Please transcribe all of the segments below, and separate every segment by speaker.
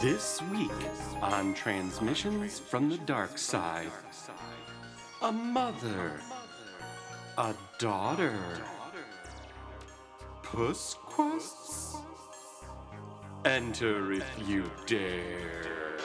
Speaker 1: This week on Transmissions from the Dark Side, a mother, a daughter, puss quests? Enter if you dare.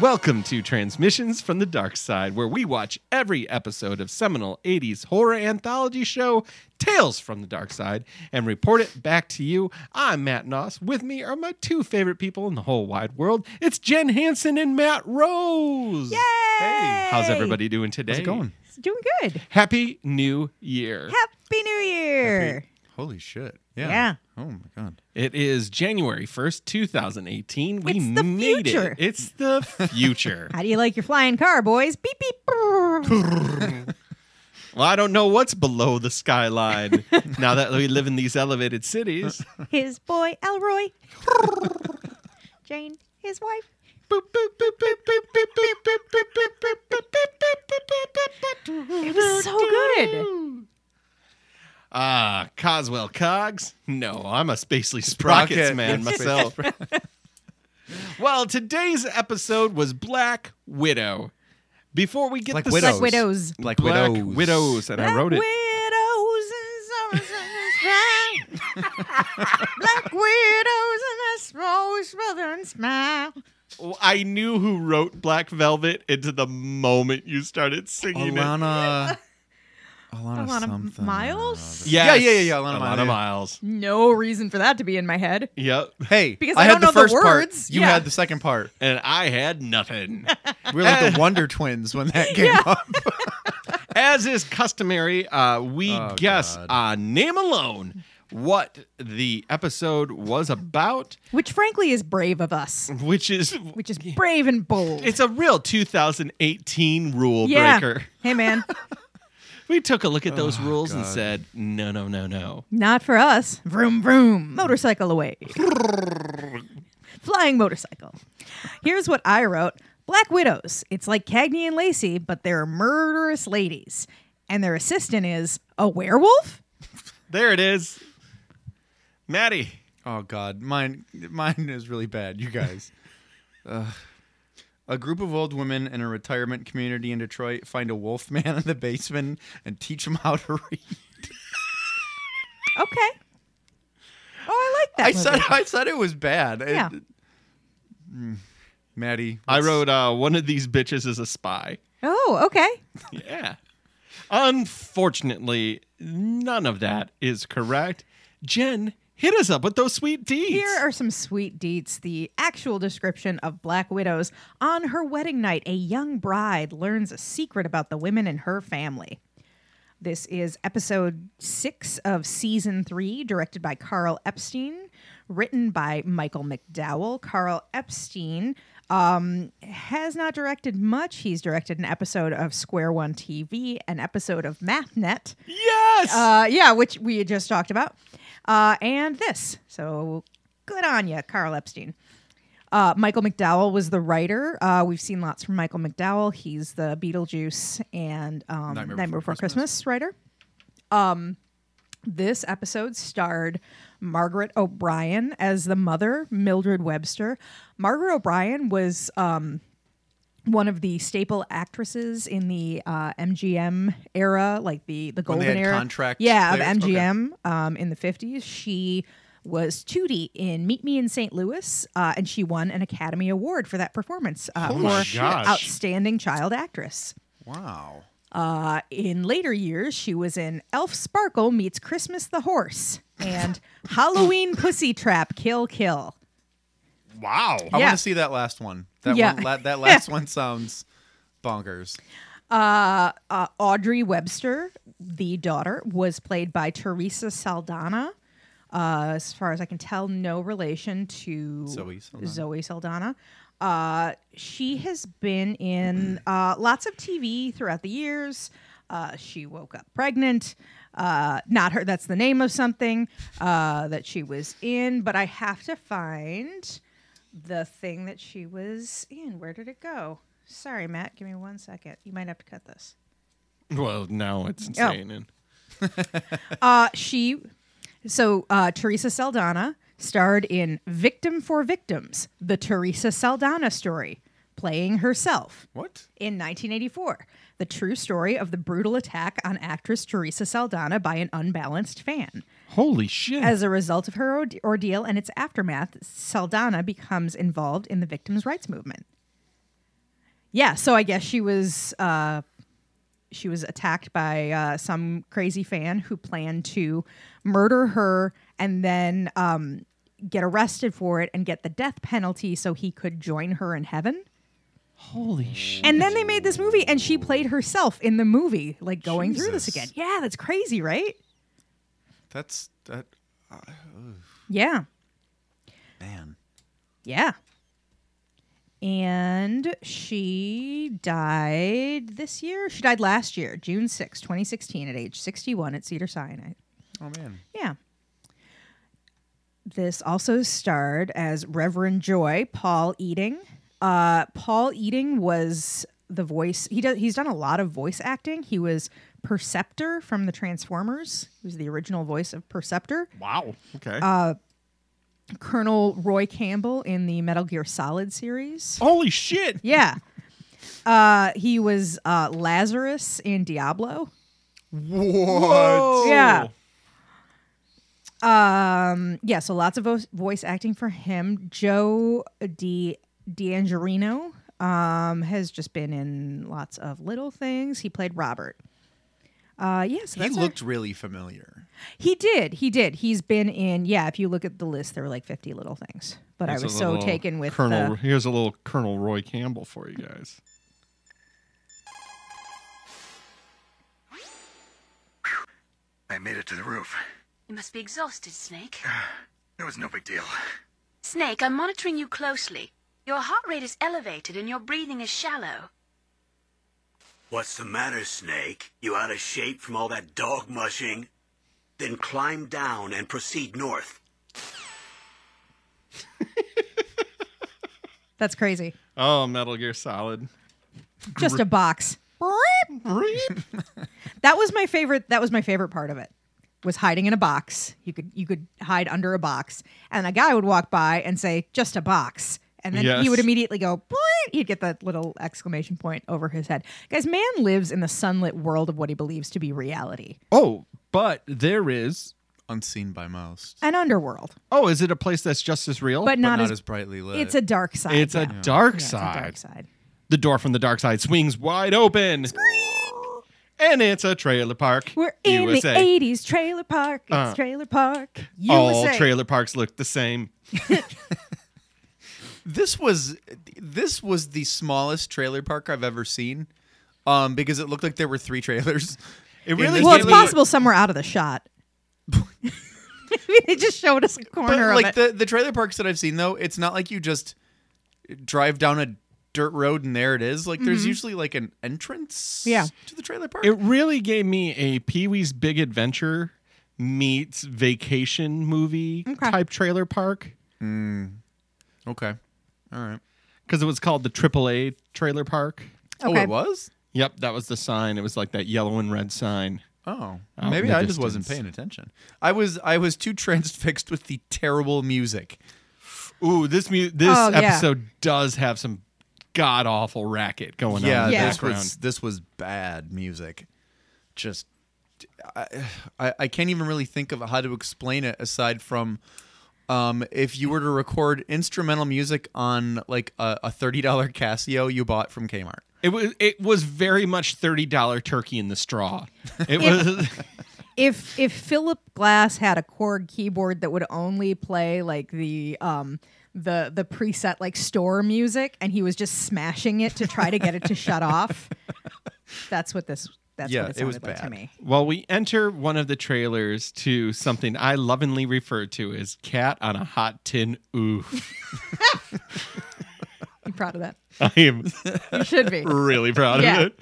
Speaker 2: Welcome to Transmissions from the Dark Side, where we watch every episode of seminal 80s horror anthology show Tales from the Dark Side and report it back to you. I'm Matt Noss. With me are my two favorite people in the whole wide world. It's Jen Hansen and Matt Rose. Yay!
Speaker 3: Hey.
Speaker 2: How's everybody doing today?
Speaker 3: How's it going?
Speaker 4: It's doing good.
Speaker 2: Happy New Year.
Speaker 4: Happy New Year.
Speaker 3: Holy shit. Yeah.
Speaker 4: Yeah.
Speaker 3: Oh my god.
Speaker 2: It is January 1st, 2018. We
Speaker 4: It's the
Speaker 2: made
Speaker 4: future.
Speaker 2: it. It's the future.
Speaker 4: How do you like your flying car, boys? Beep beep. brrr.
Speaker 2: Well, I don't know what's below the skyline now that we live in these elevated cities.
Speaker 4: His boy Elroy. Jane, his wife. It was so good.
Speaker 2: Ah, Coswell Cogs? No, I'm a Spacely Sprockets
Speaker 3: Sprocket.
Speaker 2: man
Speaker 3: Yeah, Spacely
Speaker 2: myself. well, today's episode was Black Widow. Before we get
Speaker 3: Black
Speaker 2: the
Speaker 3: Widow.
Speaker 4: Black
Speaker 3: Widows.
Speaker 4: widows.
Speaker 3: Black,
Speaker 2: Black Widows. and I wrote it.
Speaker 4: widows and sorrows and a smile. Black widows and a small southern smile.
Speaker 2: I knew who wrote Black Velvet into the moment you started singing it.
Speaker 3: Alana.
Speaker 2: Ah,
Speaker 3: Alana,
Speaker 4: Alana
Speaker 3: something.
Speaker 4: Miles?
Speaker 3: Yeah, yeah, yeah, yeah. Alana,
Speaker 2: Alana
Speaker 3: Miles.
Speaker 2: Miles.
Speaker 4: No reason for that to be in my head.
Speaker 2: Yep.
Speaker 3: Hey,
Speaker 4: Because
Speaker 3: I,
Speaker 4: I
Speaker 3: had
Speaker 4: don't
Speaker 3: the
Speaker 4: know the
Speaker 3: first
Speaker 4: words.
Speaker 3: part. You
Speaker 4: Yeah.
Speaker 3: had the second part.
Speaker 2: And I had nothing.
Speaker 3: We were like the Wonder Twins when that came up.
Speaker 2: As is customary, uh, we
Speaker 3: Oh,
Speaker 2: guess
Speaker 3: God.
Speaker 2: on name alone what the episode was about,
Speaker 4: Which, frankly, is brave of us.
Speaker 2: which is
Speaker 4: Which is brave and bold.
Speaker 2: it's a real 2018 rule
Speaker 4: yeah.
Speaker 2: breaker. Oh,
Speaker 4: Hey, man.
Speaker 2: We took a look at those rules and
Speaker 3: God.
Speaker 2: said, no, no, no, no.
Speaker 4: Not for us. Vroom, vroom. Motorcycle away. Flying motorcycle. Here's what I wrote Black Widows. It's like Cagney and Lacey, but they're murderous ladies. And their assistant is a werewolf?
Speaker 2: There it is, Maddie.
Speaker 3: Oh God, mine mine is really bad, you guys. Ugh. A group of old women in a retirement community in Detroit find a wolf man in the basement and teach him how to read.
Speaker 4: Okay. Oh, I
Speaker 3: I
Speaker 4: like that.
Speaker 3: said
Speaker 4: movie.
Speaker 3: I said it was bad. It-
Speaker 4: Yeah.
Speaker 3: Mm. Maddie,
Speaker 2: I
Speaker 3: what's-
Speaker 2: wrote uh, one of these bitches is a spy.
Speaker 4: Oh, okay.
Speaker 2: Yeah. Unfortunately, none of that is correct. Jen, hit us up with those sweet deeds.
Speaker 4: Here are some sweet deets. The actual description of Black Widows. On her wedding night, a young bride learns a secret about the women in her family. This is episode six of season three, directed by Carl Epstein, written by Michael McDowell. Carl Epstein um, has not directed much. He's directed an episode of Square One TV, an episode of MathNet,
Speaker 2: yes.
Speaker 4: uh, yeah, which we had just talked about. Uh, and this. So good on you, Carl Epstein. Uh, Michael McDowell was the writer. Uh, we've seen lots from Michael McDowell. He's the Beetlejuice and um, Nightmare, Before, Christmas. writer. Um, this episode starred Margaret O'Brien as the mother, Mildred Webster. Margaret O'Brien was um, one of the staple actresses in the uh, MGM era, like the the
Speaker 3: When
Speaker 4: golden
Speaker 3: they had
Speaker 4: era.
Speaker 3: contract
Speaker 4: yeah,
Speaker 3: players?
Speaker 4: of
Speaker 3: Okay.
Speaker 4: MGM um, in the fifties. She was Tootie in Meet Me in St. Louis, uh, and she won an Academy Award for that performance uh,
Speaker 2: Oh
Speaker 4: for
Speaker 2: my gosh.
Speaker 4: outstanding child actress.
Speaker 3: Wow.
Speaker 4: Uh, in later years, she was in Elf Sparkle meets Christmas the Horse and Halloween Pussy Trap Kill Kill.
Speaker 2: wow.
Speaker 3: I
Speaker 4: Yeah.
Speaker 3: want to see that last one. That
Speaker 4: Yeah.
Speaker 3: one, la- that last one sounds bonkers.
Speaker 4: Uh, uh, Audrey Webster, the daughter, was played by Teresa Saldana. Uh, as far as I can tell, no relation to
Speaker 3: Zoe Saldana.
Speaker 4: Zoe Saldana. Uh, she has been in uh, lots of TV throughout the years. Uh, she woke up pregnant. Uh, not her. That's the name of something uh, that she was in. But I have to find the thing that she was in. Where did it go? Sorry, Matt. Give me one second. You might have to cut this.
Speaker 2: Well, no,
Speaker 4: oh.
Speaker 2: it's insane. And
Speaker 4: Uh, she, so uh, Teresa Saldana starred in Victim for Victims, the Teresa Saldana story, playing herself.
Speaker 3: What?
Speaker 4: In 1984, the true story of the brutal attack on actress Teresa Saldana by an unbalanced fan.
Speaker 2: Holy shit.
Speaker 4: As a result of her orde- ordeal and its aftermath, Saldana becomes involved in the victims' rights movement. Yeah, so I guess she was uh, she was attacked by uh, some crazy fan who planned to murder her and then um, get arrested for it and get the death penalty so he could join her in heaven.
Speaker 2: Holy shit.
Speaker 4: And then they made this movie, and she played herself in the movie, like going through this again.
Speaker 3: Jesus.
Speaker 4: Yeah, that's crazy, right?
Speaker 3: That's that
Speaker 4: Yeah.
Speaker 3: man.
Speaker 4: Yeah. And she died this year. She died last year, June sixth, 2016, at age 61 at Cedar Sinai.
Speaker 3: Oh man.
Speaker 4: Yeah. This also starred as Reverend Joy Paul Eating. Uh, Paul Eating was the voice. He does. He's done a lot of voice acting. He was Perceptor from the Transformers. He was the original voice of Perceptor.
Speaker 2: Wow. Okay.
Speaker 4: Uh, Colonel Roy Campbell in the Metal Gear Solid series.
Speaker 2: Holy shit.
Speaker 4: Yeah. Uh, he was uh, Lazarus in Diablo.
Speaker 2: Whoa.
Speaker 4: Yeah. Um, yeah, so lots of vo- voice acting for him. Joe D. D'Angelino um, has just been in lots of little things. He played Robert. Uh, yeah, so
Speaker 3: He
Speaker 4: that's our-
Speaker 3: looked really familiar.
Speaker 4: He did. He did. He's been in. Yeah, if you look at the list, there were like fifty little things. But
Speaker 2: Here's
Speaker 4: I was
Speaker 2: a
Speaker 4: so
Speaker 2: little
Speaker 4: taken with uh,
Speaker 2: Colonel.
Speaker 4: the-
Speaker 2: Here's a little Colonel Roy Campbell for you guys.
Speaker 5: I made it to the roof.
Speaker 6: You must be exhausted, Snake.
Speaker 5: It was no big deal.
Speaker 6: Snake, I'm monitoring you closely. Your heart rate is elevated and your breathing is shallow.
Speaker 7: What's the matter, Snake? You out of shape from all that dog mushing? Then climb down and proceed north.
Speaker 4: That's crazy.
Speaker 2: Oh, Metal Gear Solid.
Speaker 4: Just a box.
Speaker 2: Reep.
Speaker 4: That was my favorite. That was my favorite part of it. Was hiding in a box. You could you could hide under a box, and a guy would walk by and say, "Just a box," and then
Speaker 2: Yes.
Speaker 4: he would immediately go. "Bleep." He'd get that little exclamation point over his head. Guys, man lives in the sunlit world of what he believes to be reality,
Speaker 2: oh, but there is.
Speaker 3: Unseen by most.
Speaker 4: an underworld,
Speaker 2: Oh, is it a place that's just as real?
Speaker 4: but,
Speaker 3: But
Speaker 4: not, as.
Speaker 3: brightly lit.
Speaker 4: it's a dark side.
Speaker 2: it's
Speaker 4: yeah.
Speaker 2: a
Speaker 4: Yeah,
Speaker 2: dark
Speaker 4: it's a
Speaker 2: side.
Speaker 4: dark side.
Speaker 2: The door from the dark side swings wide open. And it's a trailer park.
Speaker 4: We're in
Speaker 2: USA.
Speaker 4: the '80s trailer park. It's
Speaker 2: Uh,
Speaker 4: trailer park.
Speaker 2: All
Speaker 4: USA.
Speaker 2: trailer parks look the same.
Speaker 3: this was this was the smallest trailer park I've ever seen. Um, because it looked like there were three trailers.
Speaker 2: It
Speaker 3: In
Speaker 2: really
Speaker 3: this
Speaker 4: Well, it's
Speaker 3: Really-
Speaker 4: possible somewhere out of the shot. Maybe they just showed us a
Speaker 3: But
Speaker 4: corner
Speaker 3: like
Speaker 4: of it.
Speaker 3: the, the trailer parks that I've seen though, it's not like you just drive down a dirt road and there it is. Like there's usually like an entrance
Speaker 4: Mm-hmm. Yeah.
Speaker 3: to the trailer park.
Speaker 2: It really gave me a Pee Wee's Big Adventure meets vacation movie
Speaker 4: Okay.
Speaker 2: type trailer park
Speaker 3: okay. All right.
Speaker 2: because it was called the AAA trailer park.
Speaker 3: Oh,
Speaker 4: Okay.
Speaker 3: it was?
Speaker 2: Yep, that was the sign. It was like that yellow and red sign.
Speaker 3: Oh,
Speaker 2: Out in
Speaker 3: maybe
Speaker 2: the
Speaker 3: I just wasn't
Speaker 2: distance.
Speaker 3: paying attention. I was I was too transfixed with the terrible music.
Speaker 2: Ooh, this mu- this
Speaker 4: Oh, yeah.
Speaker 2: episode does have some god awful racket going on.
Speaker 3: Yeah,
Speaker 2: in the
Speaker 4: Yeah.
Speaker 3: this
Speaker 2: background.
Speaker 3: was this was bad music. Just I, I I can't even really think of how to explain it aside from um, if you were to record instrumental music on like a, a thirty dollar Casio you bought from Kmart.
Speaker 2: It was it was very much thirty dollar turkey in the straw. It was
Speaker 4: If if Philip Glass had a Korg keyboard that would only play like the um the the preset like store music and he was just smashing it to try to get it to shut off. That's what this that's
Speaker 3: Yeah,
Speaker 4: what it
Speaker 3: it was
Speaker 4: sounded like to
Speaker 3: bad.
Speaker 4: me.
Speaker 2: well. We enter one of the trailers to something I lovingly refer to as "cat on a hot tin." Oof,
Speaker 4: You proud of that?
Speaker 2: I am
Speaker 4: You should be.
Speaker 2: really proud
Speaker 4: Yeah.
Speaker 2: of it.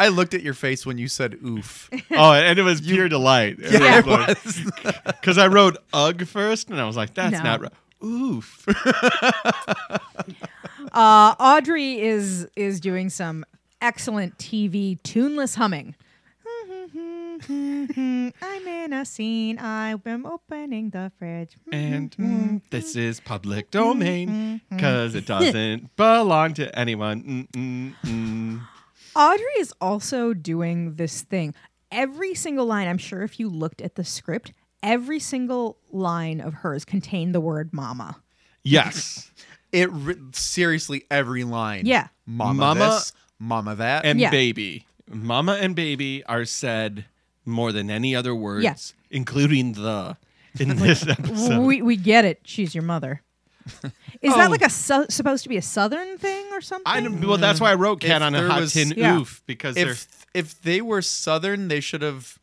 Speaker 3: I looked at your face when you said "oof."
Speaker 2: Oh, and it was pure delight. It
Speaker 3: Yeah, it
Speaker 2: was like- Because I wrote ugh first, and I was like, that's
Speaker 4: No.
Speaker 2: not right. Oof.
Speaker 4: Uh, Audrey is is doing some excellent TV tuneless humming. I'm in a scene. I am opening the fridge.
Speaker 2: And mm, this is public domain because it doesn't belong to anyone. Mm, mm, mm.
Speaker 4: Audrey is also doing this thing. Every single line, I'm sure if you looked at the script, every single line of hers contained the word mama.
Speaker 2: Yes.
Speaker 3: It re- seriously every line.
Speaker 4: Yeah.
Speaker 3: mama,
Speaker 2: Mama-
Speaker 3: this, mama that.
Speaker 2: And
Speaker 4: Yeah.
Speaker 2: baby. Mama and baby are said more than any other words, including the in this episode.
Speaker 4: We, we get it. She's your mother. Is that like a su- supposed to be a southern thing or something?
Speaker 2: I don't- well, that's why I wrote cat
Speaker 3: If
Speaker 2: on a
Speaker 3: there
Speaker 2: hot
Speaker 3: was-
Speaker 2: tin
Speaker 4: Yeah.
Speaker 2: oof because they're
Speaker 3: if if they were Southern, they should have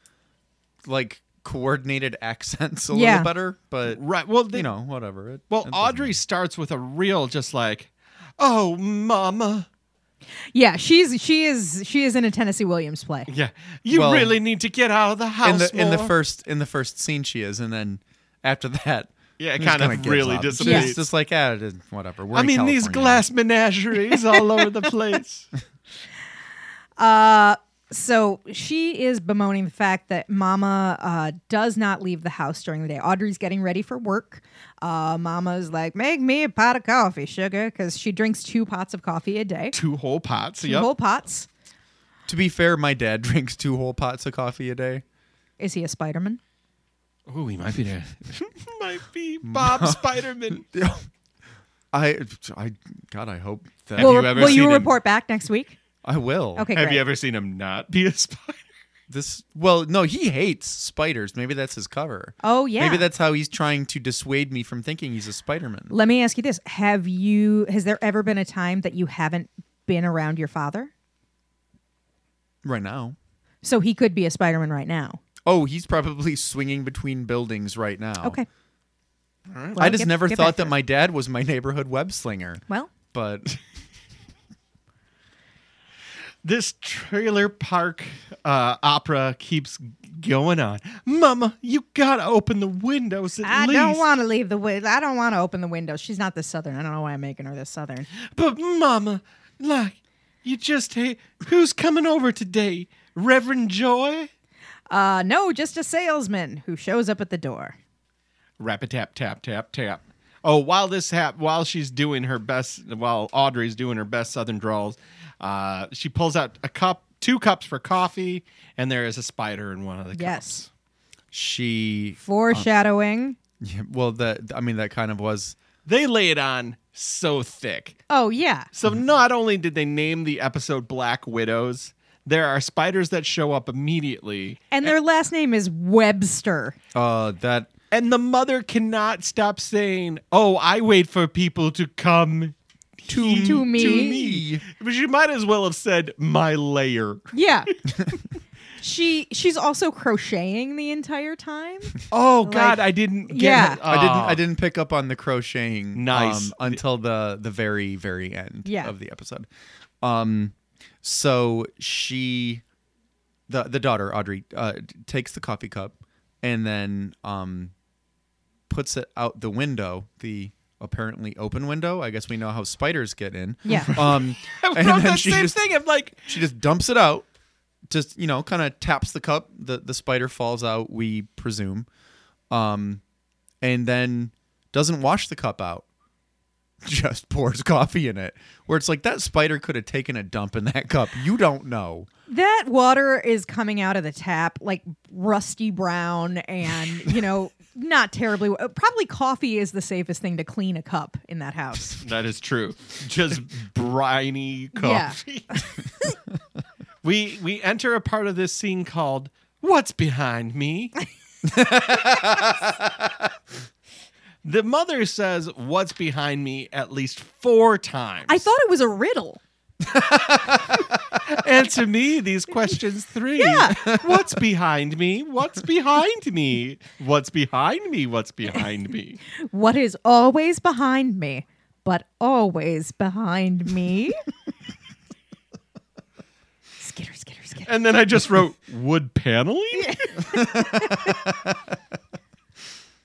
Speaker 3: like coordinated accents a
Speaker 4: Yeah.
Speaker 3: little better. But
Speaker 2: right. Well, they,
Speaker 3: you know, whatever. It,
Speaker 2: Well,
Speaker 3: it doesn't-
Speaker 2: Audrey starts with a real just like, oh, mama.
Speaker 4: Yeah, she's she is she is in a Tennessee Williams play.
Speaker 2: Yeah. You
Speaker 3: Well,
Speaker 2: really need to get out of the
Speaker 3: in
Speaker 2: house.
Speaker 3: the in the
Speaker 2: more."
Speaker 3: first in the first scene she is, and then after that,
Speaker 2: Yeah, it
Speaker 3: it
Speaker 2: kind
Speaker 3: kinda
Speaker 2: of
Speaker 3: gives
Speaker 2: really
Speaker 3: up.
Speaker 2: dissipates.
Speaker 3: She's just like, ah, it is- whatever. We're
Speaker 2: I
Speaker 3: in
Speaker 2: mean, these
Speaker 3: California.
Speaker 2: glass menageries all over the place.
Speaker 4: Uh so she is bemoaning the fact that Mama uh, does not leave the house during the day. Audrey's getting ready for work. Uh, Mama's like, "Make me a pot of coffee, sugar," because she drinks two pots of coffee a day,
Speaker 2: Two whole pots.
Speaker 4: two
Speaker 2: yep.
Speaker 4: whole pots.
Speaker 3: To be fair, my dad drinks two whole pots of coffee a day.
Speaker 4: Is he a Spiderman?
Speaker 2: Ooh, he might be there. might be Bob Spiderman.
Speaker 3: I, I, God, I hope that
Speaker 4: Will,
Speaker 2: you ever
Speaker 4: will you
Speaker 2: seen him-
Speaker 4: report back next week?
Speaker 3: I will.
Speaker 4: Okay,
Speaker 2: Have
Speaker 4: great.
Speaker 2: you ever seen him not be a spider?
Speaker 3: This, well, no, he hates spiders. Maybe that's his cover.
Speaker 4: oh yeah.
Speaker 3: Maybe that's how he's trying to dissuade me from thinking he's a Spider-Man.
Speaker 4: Let me ask you this: Have you? Has there ever been a time that you haven't been around your father?
Speaker 3: Right now.
Speaker 4: So he could be a Spiderman right now.
Speaker 3: Oh, he's probably swinging between buildings right now.
Speaker 4: Okay. Well,
Speaker 3: Oh. I just
Speaker 4: get-
Speaker 3: never
Speaker 4: get back
Speaker 3: thought
Speaker 4: to
Speaker 3: that
Speaker 4: it.
Speaker 3: my dad was my neighborhood web slinger,
Speaker 4: Well,
Speaker 3: but
Speaker 2: This trailer park uh, opera keeps going on. Mama, you gotta open the windows at
Speaker 4: I
Speaker 2: least.
Speaker 4: don't want to leave the window. I don't want to open the window. She's not this southern. I don't know why I'm making her this southern.
Speaker 2: But Mama, like, you just hey, who's coming over today? Reverend Joy?
Speaker 4: Uh, no, just a salesman who shows up at the door.
Speaker 2: Rap a tap tap tap tap. Oh, while this hap, while she's doing her best, while Audrey's doing her best Southern drawls, uh, she pulls out a cup, two cups for coffee, and there is a spider in one of the
Speaker 4: Yes.
Speaker 2: cups.
Speaker 3: she
Speaker 4: Foreshadowing.
Speaker 3: yeah, well that I mean that kind of was
Speaker 2: They lay it on so thick.
Speaker 4: oh yeah.
Speaker 2: So
Speaker 3: Mm-hmm.
Speaker 2: not only did they name the episode Black Widows, there are spiders that show up immediately.
Speaker 4: And their last name is Webster.
Speaker 3: uh that
Speaker 2: And the mother cannot stop saying, "Oh, I wait for people to come to,
Speaker 4: to me."
Speaker 2: me." But she might as well have said, "My layer."
Speaker 4: Yeah. she she's also crocheting the entire time.
Speaker 2: Oh God, I didn't get.
Speaker 4: yeah.
Speaker 2: it.
Speaker 3: I
Speaker 2: Ah.
Speaker 3: didn't I didn't pick up on the crocheting
Speaker 2: Nice.
Speaker 3: um, until the the very very end
Speaker 4: Yeah.
Speaker 3: of the episode. Um so she the the daughter Audrey uh t- takes the coffee cup and then um puts it out the window, the apparently open window. I guess we know how spiders get in.
Speaker 4: Yeah.
Speaker 3: Um
Speaker 2: I
Speaker 3: and
Speaker 2: wrote
Speaker 3: then
Speaker 2: that
Speaker 3: she
Speaker 2: same
Speaker 3: just-
Speaker 2: thing. I'm like,
Speaker 3: she just dumps it out just you know kind of taps the cup the the spider falls out we presume um and then doesn't wash the cup out just pours coffee in it where it's like that spider could have taken a dump in that cup you don't know
Speaker 4: That water is coming out of the tap like rusty brown and, you know, not terribly. uh, Probably coffee is the safest thing to clean a cup in that house.
Speaker 2: that is true. Just briny coffee. we we enter a part of this scene called "What's Behind Me." the mother says, "What's behind me?" at least four times.
Speaker 4: I thought it was a riddle.
Speaker 2: answer me these questions three. Yeah. What's behind me? What's behind me? What's behind me? What's behind me?
Speaker 4: What is always behind me, but always behind me? Skitter, skitter, skitter.
Speaker 2: And then I just wrote wood paneling.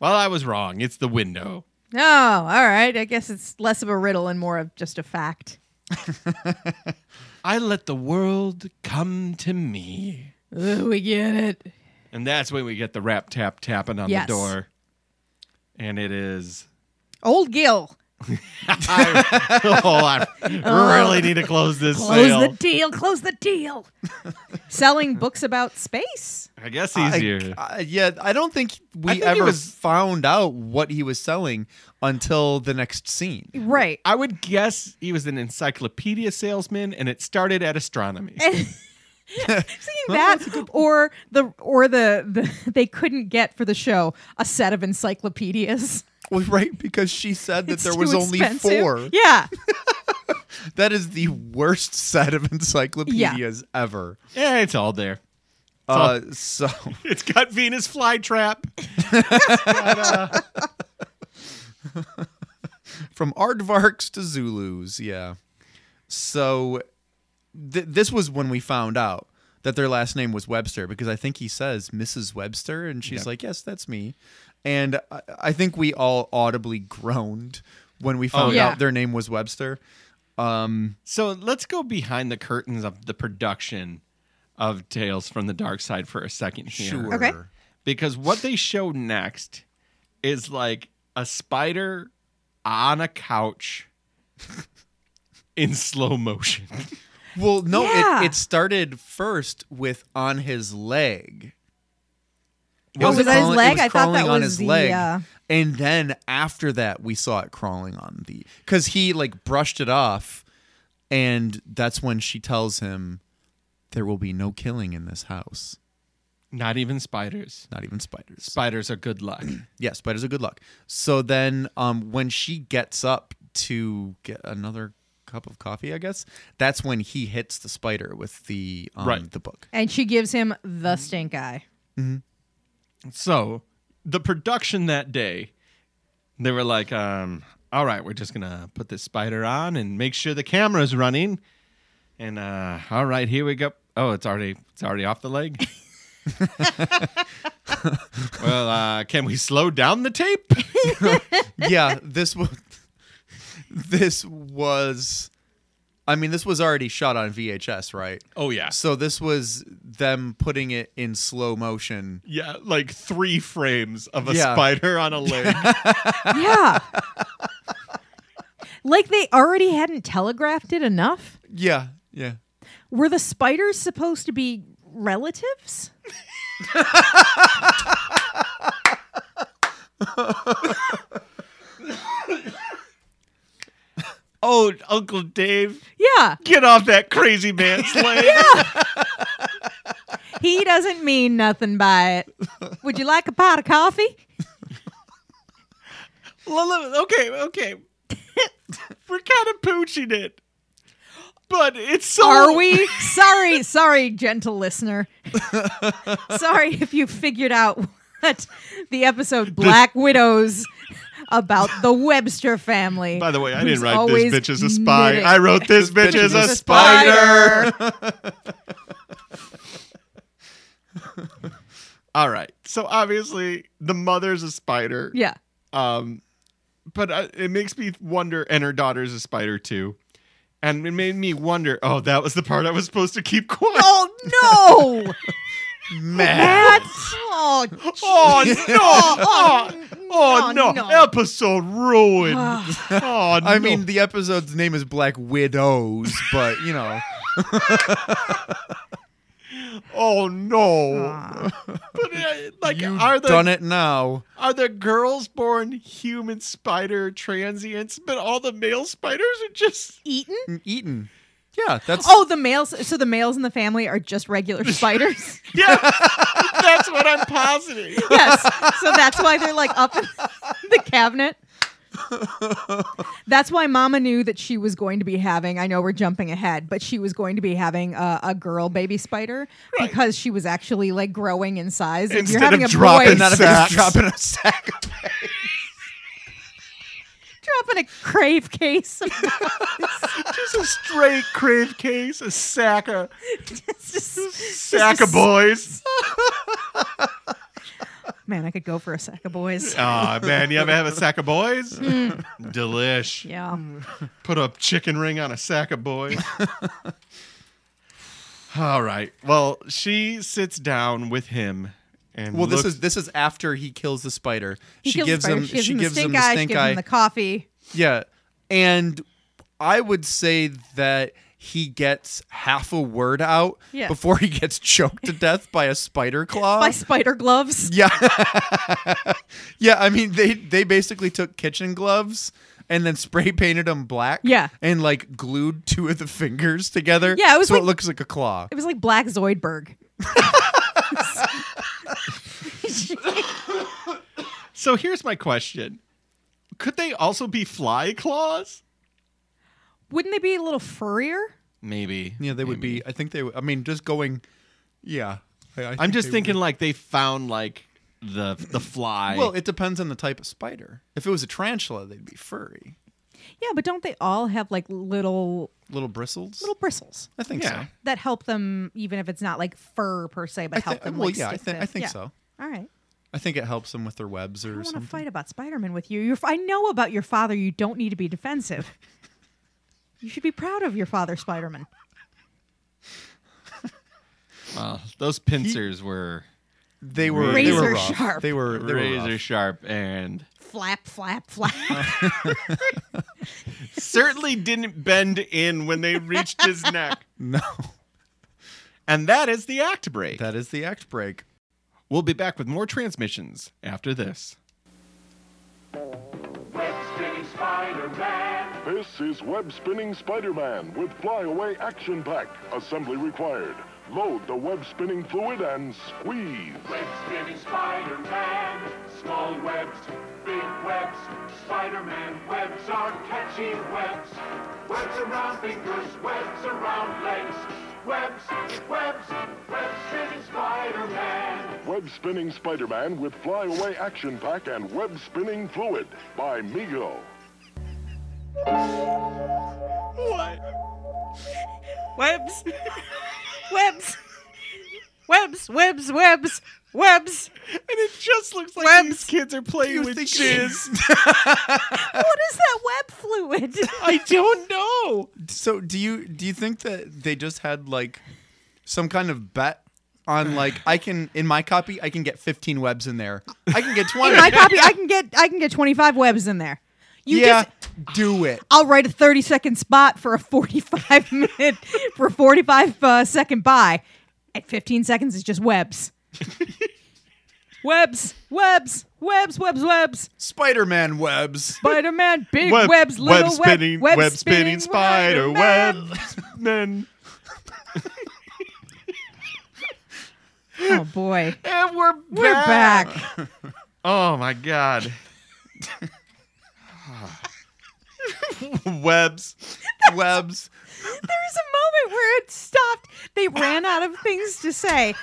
Speaker 2: well, I was wrong. It's the window.
Speaker 4: Oh, all right. I guess it's less of a riddle and more of just a fact.
Speaker 2: I let the world come to me.
Speaker 4: Ooh, we get it.
Speaker 2: And that's when we get the rap tap tapping on
Speaker 4: Yes.
Speaker 2: the door. And it is.
Speaker 4: Old Gil.
Speaker 2: I, oh, I really need to close this
Speaker 4: Close
Speaker 2: sale.
Speaker 4: the deal. Close the deal. Selling books about space.
Speaker 2: I guess
Speaker 3: I-
Speaker 2: easier.
Speaker 3: I- yeah, I don't think we
Speaker 2: think he
Speaker 3: ever
Speaker 2: was-
Speaker 3: found out what he was selling until the next scene.
Speaker 4: Right.
Speaker 3: Ah,
Speaker 2: I would guess he was an encyclopedia salesman, and it started at astronomy.
Speaker 4: Seeing that or the or the, the they couldn't get for the show a set of encyclopedias.
Speaker 3: Well, right, because she said that
Speaker 4: It's
Speaker 3: there
Speaker 4: too
Speaker 3: was only
Speaker 4: expensive.
Speaker 3: four.
Speaker 4: Yeah.
Speaker 3: That is the worst set of encyclopedias ever.
Speaker 2: yeah, it's all there.
Speaker 3: Uh, so
Speaker 2: It's got Venus flytrap.
Speaker 3: from aardvarks to Zulus, yeah. So th- this was when we found out that their last name was Webster because I think he says Mrs. Webster, and she's like, "Yes, that's me." And I-, I think we all audibly groaned when we found
Speaker 4: yeah.
Speaker 3: out their name was Webster.
Speaker 2: So let's go behind the curtains of the production of Tales from the Dark Side for a second here.
Speaker 3: Sure.
Speaker 4: Okay.
Speaker 2: Because what they show next is like a spider on a couch in slow motion.
Speaker 3: Well, no,
Speaker 4: Yeah.
Speaker 3: it, it started first with on his leg. It
Speaker 4: Oh, was that his
Speaker 3: crawling- it
Speaker 4: leg? I thought that
Speaker 3: crawling on
Speaker 4: was
Speaker 3: his
Speaker 4: the,
Speaker 3: leg.
Speaker 4: uh,
Speaker 3: And then after that, we saw it crawling on the because he like brushed it off, and that's when she tells him, "There will be no killing in this house,
Speaker 2: Not even spiders.
Speaker 3: not even spiders."
Speaker 2: Spiders are good luck.
Speaker 3: Yeah, spiders are good luck. So then, um, when she gets up to get another cup of coffee, I guess that's when he hits the spider with the um,
Speaker 2: Right.
Speaker 3: the book.
Speaker 4: And she gives him
Speaker 2: Mm.
Speaker 4: the stink eye.
Speaker 2: So the production that day, they were like, um, all right, we're just gonna put this spider on and make sure the camera's running. And uh, all right, here we go. Oh, it's already it's already off the leg. well, uh, can we slow down the tape?
Speaker 3: yeah, this was this was I mean, this was already shot on VHS, right?
Speaker 2: Oh yeah,
Speaker 3: So this was them putting it in slow motion.
Speaker 2: yeah, like three frames of a
Speaker 3: Yeah.
Speaker 2: spider on a leg.
Speaker 4: Yeah. like they already hadn't telegraphed it enough.
Speaker 3: Yeah, yeah.
Speaker 4: Were the spiders supposed to be relatives?
Speaker 2: oh, Uncle Dave,
Speaker 4: Yeah.
Speaker 2: get off that crazy man's leg!
Speaker 4: He doesn't mean nothing by it. Would you like a pot of coffee?
Speaker 2: Well, let- Okay, okay. We're kind of pooching it. But it's so.
Speaker 4: Are we? Sorry, sorry, gentle listener. sorry if you figured out what the episode Black Widows about the Webster family.
Speaker 2: By the way, I
Speaker 4: who's
Speaker 2: didn't write
Speaker 4: always
Speaker 2: this bitch as a spy.
Speaker 4: knitting.
Speaker 2: I wrote this bitch as a spider. All right. So obviously, the mother's a spider.
Speaker 4: yeah.
Speaker 2: Um, but uh, it makes me wonder, and her daughter's a spider too. And it made me wonder. Oh, that was the part I was supposed to keep quiet.
Speaker 4: Oh no!
Speaker 3: Man.
Speaker 4: Matt. Oh,
Speaker 2: Oh no! Oh, oh,
Speaker 4: no,
Speaker 2: no.
Speaker 4: no.
Speaker 2: Episode ruined. oh no!
Speaker 3: I mean, the episode's name is Black Widows, but you know,
Speaker 2: oh no!
Speaker 4: Oh,
Speaker 2: But uh, like,
Speaker 3: you've
Speaker 2: are the
Speaker 3: done it now.
Speaker 2: are the girls born human spider transients, but all the male spiders are just
Speaker 4: Eaten?
Speaker 3: Eaten. Yeah, that's
Speaker 4: Oh, the males. So the males in the family are just regular spiders.
Speaker 2: yeah. that's what I'm positing.
Speaker 4: yes. So that's why they're like up in the cabinet. That's why Mama knew that she was going to be having. I know we're jumping ahead, but she was going to be having a, a girl baby spider because she was actually like growing in size. If
Speaker 2: Instead
Speaker 4: you're having
Speaker 2: of
Speaker 4: a
Speaker 2: dropping
Speaker 4: boy,
Speaker 3: not
Speaker 2: Sacks.
Speaker 3: dropping a sack.
Speaker 4: dropping having a crave case. of-
Speaker 2: Just a straight crib case, a sack of
Speaker 4: it's just,
Speaker 2: sack of boys.
Speaker 4: man, I could go for a sack of boys.
Speaker 2: Aw, man, you ever have a sack of boys? Mm. Delish.
Speaker 4: Yeah.
Speaker 2: Put a chicken ring on a sack of boys. All right. Well, she sits down with him, and
Speaker 3: Well, this
Speaker 2: looks-
Speaker 3: is this is after he kills the spider.
Speaker 4: He
Speaker 3: she
Speaker 4: kills the
Speaker 3: gives
Speaker 4: spider.
Speaker 3: him
Speaker 4: She gives him
Speaker 3: gives
Speaker 4: the
Speaker 3: him
Speaker 4: stink
Speaker 3: the
Speaker 4: eye.
Speaker 3: stink
Speaker 4: she gives
Speaker 3: eye.
Speaker 4: him the coffee.
Speaker 3: Yeah. And I would say that he gets half a word out
Speaker 4: Yeah.
Speaker 3: before he gets choked to death by a spider claw.
Speaker 4: by spider gloves.
Speaker 3: yeah. yeah, I mean they they basically took kitchen gloves and then spray painted them black.
Speaker 4: Yeah.
Speaker 3: And like glued two of the fingers together.
Speaker 4: Yeah, it was
Speaker 3: so it
Speaker 4: like-
Speaker 3: looks like a claw.
Speaker 4: It was like Black Zoidberg.
Speaker 2: so. Here's my question: Could they also be fly claws?
Speaker 4: Wouldn't they be a little furrier?
Speaker 2: Maybe.
Speaker 3: Yeah, they would be I think they would I mean just going yeah. I- I
Speaker 2: I'm
Speaker 3: think
Speaker 2: just
Speaker 3: they
Speaker 2: thinking like they found like the the fly.
Speaker 3: would. Well, it depends on the type of spider. If it was a tarantula, they'd be furry.
Speaker 4: Yeah, but don't they all have like little
Speaker 3: Little bristles?
Speaker 4: little bristles
Speaker 3: I think
Speaker 2: yeah.
Speaker 3: so.
Speaker 4: that help them, even if it's not like fur per se, but
Speaker 3: I
Speaker 4: help
Speaker 3: thi-
Speaker 4: them?
Speaker 3: well,
Speaker 4: like,
Speaker 3: yeah, I,
Speaker 4: stick
Speaker 3: thi-
Speaker 4: to-
Speaker 3: I think
Speaker 4: yeah.
Speaker 3: so.
Speaker 4: All right.
Speaker 3: I think it helps them with their webs
Speaker 4: I
Speaker 3: or
Speaker 4: don't want to
Speaker 3: something.
Speaker 4: fight about Spider Man with you. You're, I know about your father. You don't need to be defensive. You should be proud of your father, Spider Man.
Speaker 2: Well, Uh, those pincers were
Speaker 3: They were they
Speaker 4: Razor
Speaker 3: were rough.
Speaker 4: sharp.
Speaker 3: They were they
Speaker 2: razor
Speaker 3: were rough.
Speaker 2: sharp and
Speaker 4: Flap, flap, flap.
Speaker 2: certainly didn't bend in when they reached his neck.
Speaker 3: No,
Speaker 2: And that is the act break.
Speaker 3: that is the act break.
Speaker 2: We'll be back with more transmissions after this.
Speaker 8: This is Web Spinning Spider-Man with Flyaway Action Pack. Assembly required. Load the web spinning fluid and squeeze. Web spinning Spider-Man. Small webs, big webs. Spider-Man webs are catchy webs. Webs around fingers, webs around legs. Webs, webs, web spinning Spider-Man. Web spinning Spider-Man with Flyaway Action Pack and Web Spinning Fluid by Mego.
Speaker 4: webs, webs, webs, webs, webs, webs.
Speaker 2: And it just looks like these kids are playing with jizz.
Speaker 4: What is that web fluid?
Speaker 2: I don't know.
Speaker 3: So do you do you think that they just had like some kind of bet on like I can in my copy I can get 15 webs in there. I can get 20.
Speaker 4: in my copy, I can get I can get 25 webs in there. You
Speaker 3: yeah,
Speaker 4: just
Speaker 3: do it.
Speaker 4: I'll write a 30 second spot for a 45 minute for 45 uh, second buy. At 15 seconds is just webs. webs, webs, webs, webs, webs.
Speaker 3: Spider-Man webs.
Speaker 4: Spider-Man, big webs, little web,
Speaker 2: spinning,
Speaker 4: web,
Speaker 2: spinning, spider
Speaker 4: Spider-Man.
Speaker 2: web. Men.
Speaker 4: Oh boy,
Speaker 2: And we're
Speaker 4: we're back.
Speaker 2: Oh my god. Webs.
Speaker 3: webs.
Speaker 4: there was a moment where it stopped. They ran out of things to say.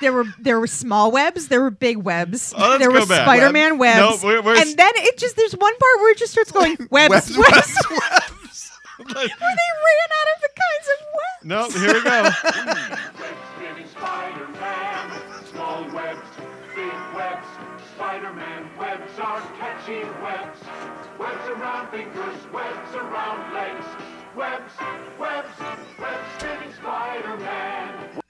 Speaker 4: There were there were small webs, there were big webs,
Speaker 2: Oh, let's
Speaker 4: there
Speaker 2: go
Speaker 4: were
Speaker 2: back.
Speaker 4: Spider-Man
Speaker 2: Web-
Speaker 4: webs,
Speaker 2: no, we're- we're s-
Speaker 4: and then it just there's one part where it just starts going webs, webs.
Speaker 3: Webs, webs,
Speaker 4: where
Speaker 3: webs.
Speaker 4: they ran out of the kinds of webs.
Speaker 2: No, here we go.
Speaker 8: Spinning Spider-Man, small webs, big webs. Spider-Man webs are catchy webs. Webs around fingers, webs around legs. Webs, webs, web spinning Spider-Man.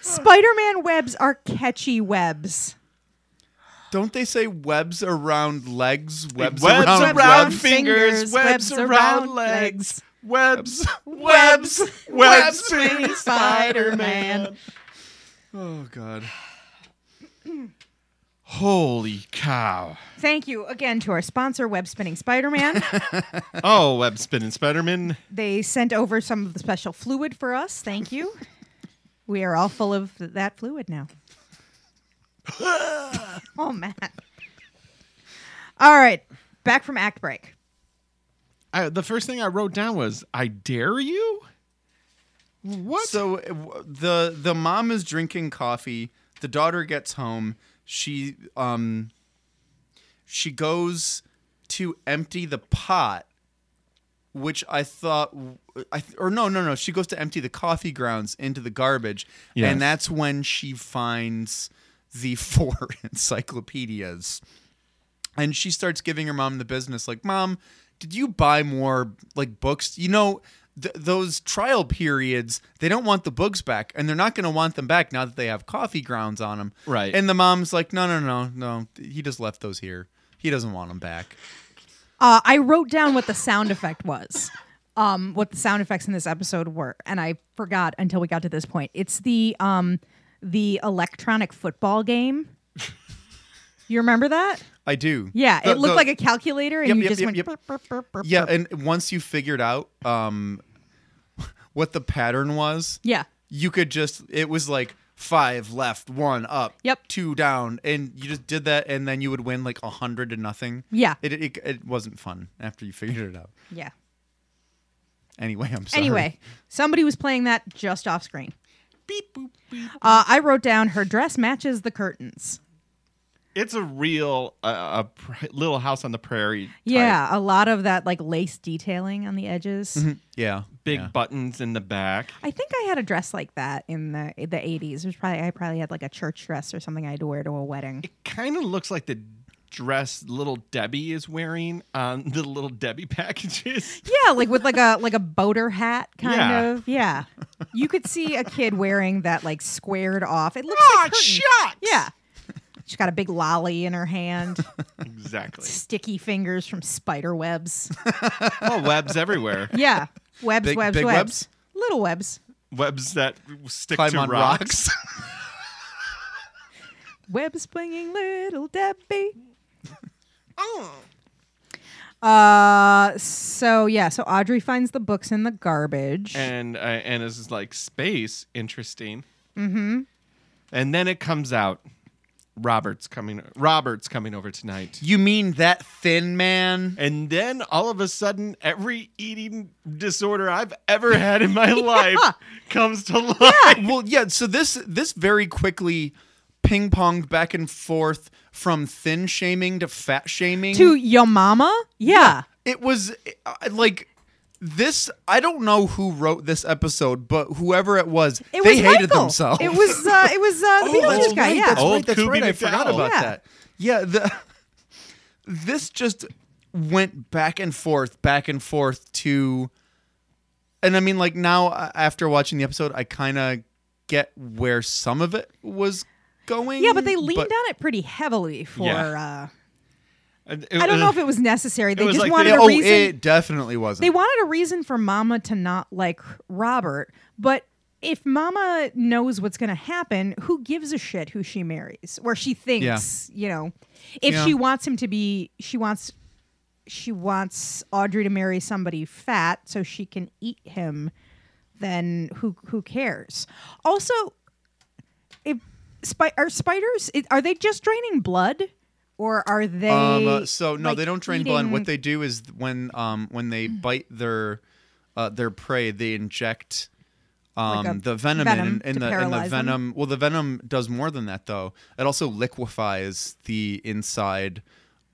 Speaker 4: Spider-Man webs are catchy webs.
Speaker 3: Don't they say webs around legs, webs,
Speaker 2: Webs
Speaker 3: around,
Speaker 2: around
Speaker 3: webs?
Speaker 2: fingers, webs around legs. Webs.
Speaker 4: Webs,
Speaker 2: Web
Speaker 4: spinning Spider-Man.
Speaker 3: Oh god.
Speaker 2: Holy cow.
Speaker 4: Thank you again to our sponsor, Web Spinning Spider-Man.
Speaker 2: Oh, web spinning Spider-Man.
Speaker 4: They sent over some of the special fluid for us. Thank you. we are all full of th- that fluid now. oh, man. All right. Back from act break.
Speaker 2: I, the first thing I wrote down was, I dare you? What?
Speaker 3: So uh, w- the the mom is drinking coffee. The daughter gets home. She um she goes to empty the pot, which I thought, I th- or no, no, no. She goes to empty the coffee grounds into the garbage,
Speaker 2: Yes.
Speaker 3: and that's when she finds the four encyclopedias, and she starts giving her mom the business. Like, mom, did you buy more like books? You know. Th- those trial periods, they don't want the books back, and they're not going to want them back now that they have coffee grounds on them.
Speaker 2: Right.
Speaker 3: And the mom's like, no, no, no, no. He just left those here. He doesn't want them back.
Speaker 4: Uh, I wrote down what the sound effect was, um, what the sound effects in this episode were, and I forgot until we got to this point. It's the um, the electronic football game. You remember that?
Speaker 3: I do.
Speaker 4: Yeah,
Speaker 3: The-
Speaker 4: it looked
Speaker 3: the-
Speaker 4: like a calculator, and
Speaker 3: Yep,
Speaker 4: you
Speaker 3: yep,
Speaker 4: just
Speaker 3: yep,
Speaker 4: went.
Speaker 3: yep.
Speaker 4: burp, burp, burp, burp,
Speaker 3: Yeah,
Speaker 4: burp.
Speaker 3: and once you figured out um, what the pattern was,
Speaker 4: yeah.
Speaker 3: you could just it was like five left, one up,
Speaker 4: Yep.
Speaker 3: two down, and you just did that, and then you would win like a hundred to nothing.
Speaker 4: Yeah.
Speaker 3: it, it it wasn't fun after you figured it out.
Speaker 4: Yeah.
Speaker 3: Anyway, I'm sorry.
Speaker 4: Anyway, somebody was playing that just off screen. Uh, I wrote down her dress matches the curtains.
Speaker 2: It's a real uh, a pr- little house on the prairie. type.
Speaker 4: Yeah, a lot of that like lace detailing on the edges.
Speaker 3: yeah,
Speaker 2: Big
Speaker 3: yeah.
Speaker 2: buttons in the back.
Speaker 4: I think I had a dress like that in the the eighties. It was probably I probably had like a church dress or something I'd wear to a wedding.
Speaker 2: It kind of looks like the dress little Debbie is wearing on the little Debbie packages.
Speaker 4: Yeah, like with like a like a boater hat kind
Speaker 2: Yeah.
Speaker 4: of. Yeah, you could see a kid wearing that like squared off. It looks like curtain. Yeah, she's got a big lolly in her hand,
Speaker 2: Exactly.
Speaker 4: sticky fingers from spider webs.
Speaker 2: Oh, webs everywhere.
Speaker 4: Yeah, webs,
Speaker 3: Big-
Speaker 4: webs,
Speaker 3: big
Speaker 4: webs,
Speaker 3: webs?
Speaker 4: little webs,
Speaker 2: Webs that stick
Speaker 3: Climb
Speaker 2: to
Speaker 3: on
Speaker 2: rocks.
Speaker 3: rocks.
Speaker 4: web swinging little Debbie.
Speaker 2: oh.
Speaker 4: Uh, so yeah, so Audrey finds the books in the garbage.
Speaker 2: And uh, and this is like space interesting. Mm-hmm. And then it comes out. Robert's coming. Robert's coming over tonight.
Speaker 3: you mean that thin man?
Speaker 2: And then all of a sudden, every eating disorder I've ever had in my life comes to life.
Speaker 3: well, yeah. So this this very quickly ping ponged back and forth from thin shaming to fat shaming
Speaker 4: to your mama. Yeah.
Speaker 3: it was I- like this. I don't know who wrote this episode, but whoever it was,
Speaker 4: It
Speaker 3: they
Speaker 4: was
Speaker 3: hated
Speaker 4: Michael.
Speaker 3: themselves.
Speaker 4: It was uh, it was uh, the Beetlejuice guy.
Speaker 3: right,
Speaker 4: yeah.
Speaker 3: That's
Speaker 2: Oh,
Speaker 3: right. That's
Speaker 2: Kubi
Speaker 3: right. I forgot
Speaker 2: McDowell.
Speaker 3: about
Speaker 4: Yeah.
Speaker 3: that. Yeah. The, this just went back and forth, back and forth to, and I mean, like now uh, after watching the episode, I kind of get where some of it was going.
Speaker 4: yeah, but they leaned on it pretty heavily for.
Speaker 2: Yeah.
Speaker 4: Uh, I don't know if it was necessary. They just wanted
Speaker 2: they-
Speaker 4: a
Speaker 3: Oh,
Speaker 4: reason.
Speaker 3: it definitely wasn't.
Speaker 4: they wanted a reason for Mama to not like Robert, but. If Mama knows what's going to happen, who gives a shit who she marries or she thinks, you know? If
Speaker 3: Yeah.
Speaker 4: she wants him to be, she wants, she wants Audrey to marry somebody fat so she can eat him. Then who who cares? Also, if spi- are spiders it, are they just draining blood or are they
Speaker 3: Um, uh, so no,
Speaker 4: like,
Speaker 3: they don't drain blood. What
Speaker 4: eating- Mm.
Speaker 3: they do is th- when um, when they bite their uh, their prey, they inject um,
Speaker 4: Like a
Speaker 3: the venom,
Speaker 4: venom
Speaker 3: in, in
Speaker 4: to
Speaker 3: the in the
Speaker 4: paralyze them?
Speaker 3: venom. Well, the venom does more than that though. It also liquefies the inside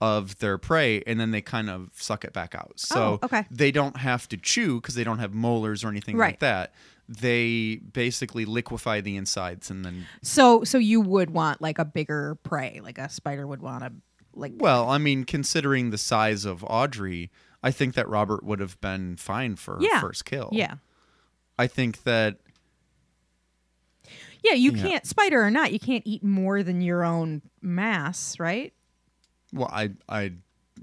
Speaker 3: of their prey, and then they kind of suck it back out. So
Speaker 4: Oh, okay.
Speaker 3: they don't have to chew because they don't have molars or anything
Speaker 4: Right.
Speaker 3: like that. They basically liquefy the insides and then.
Speaker 4: so so you would want like a bigger prey like a spider would want a like
Speaker 3: Well, I mean, considering the size of Audrey, I think that Robert would have been fine for her
Speaker 4: Yeah.
Speaker 3: first kill.
Speaker 4: yeah
Speaker 3: I think that
Speaker 4: yeah you can't spider or not you can't eat more than your own mass right
Speaker 3: well, I I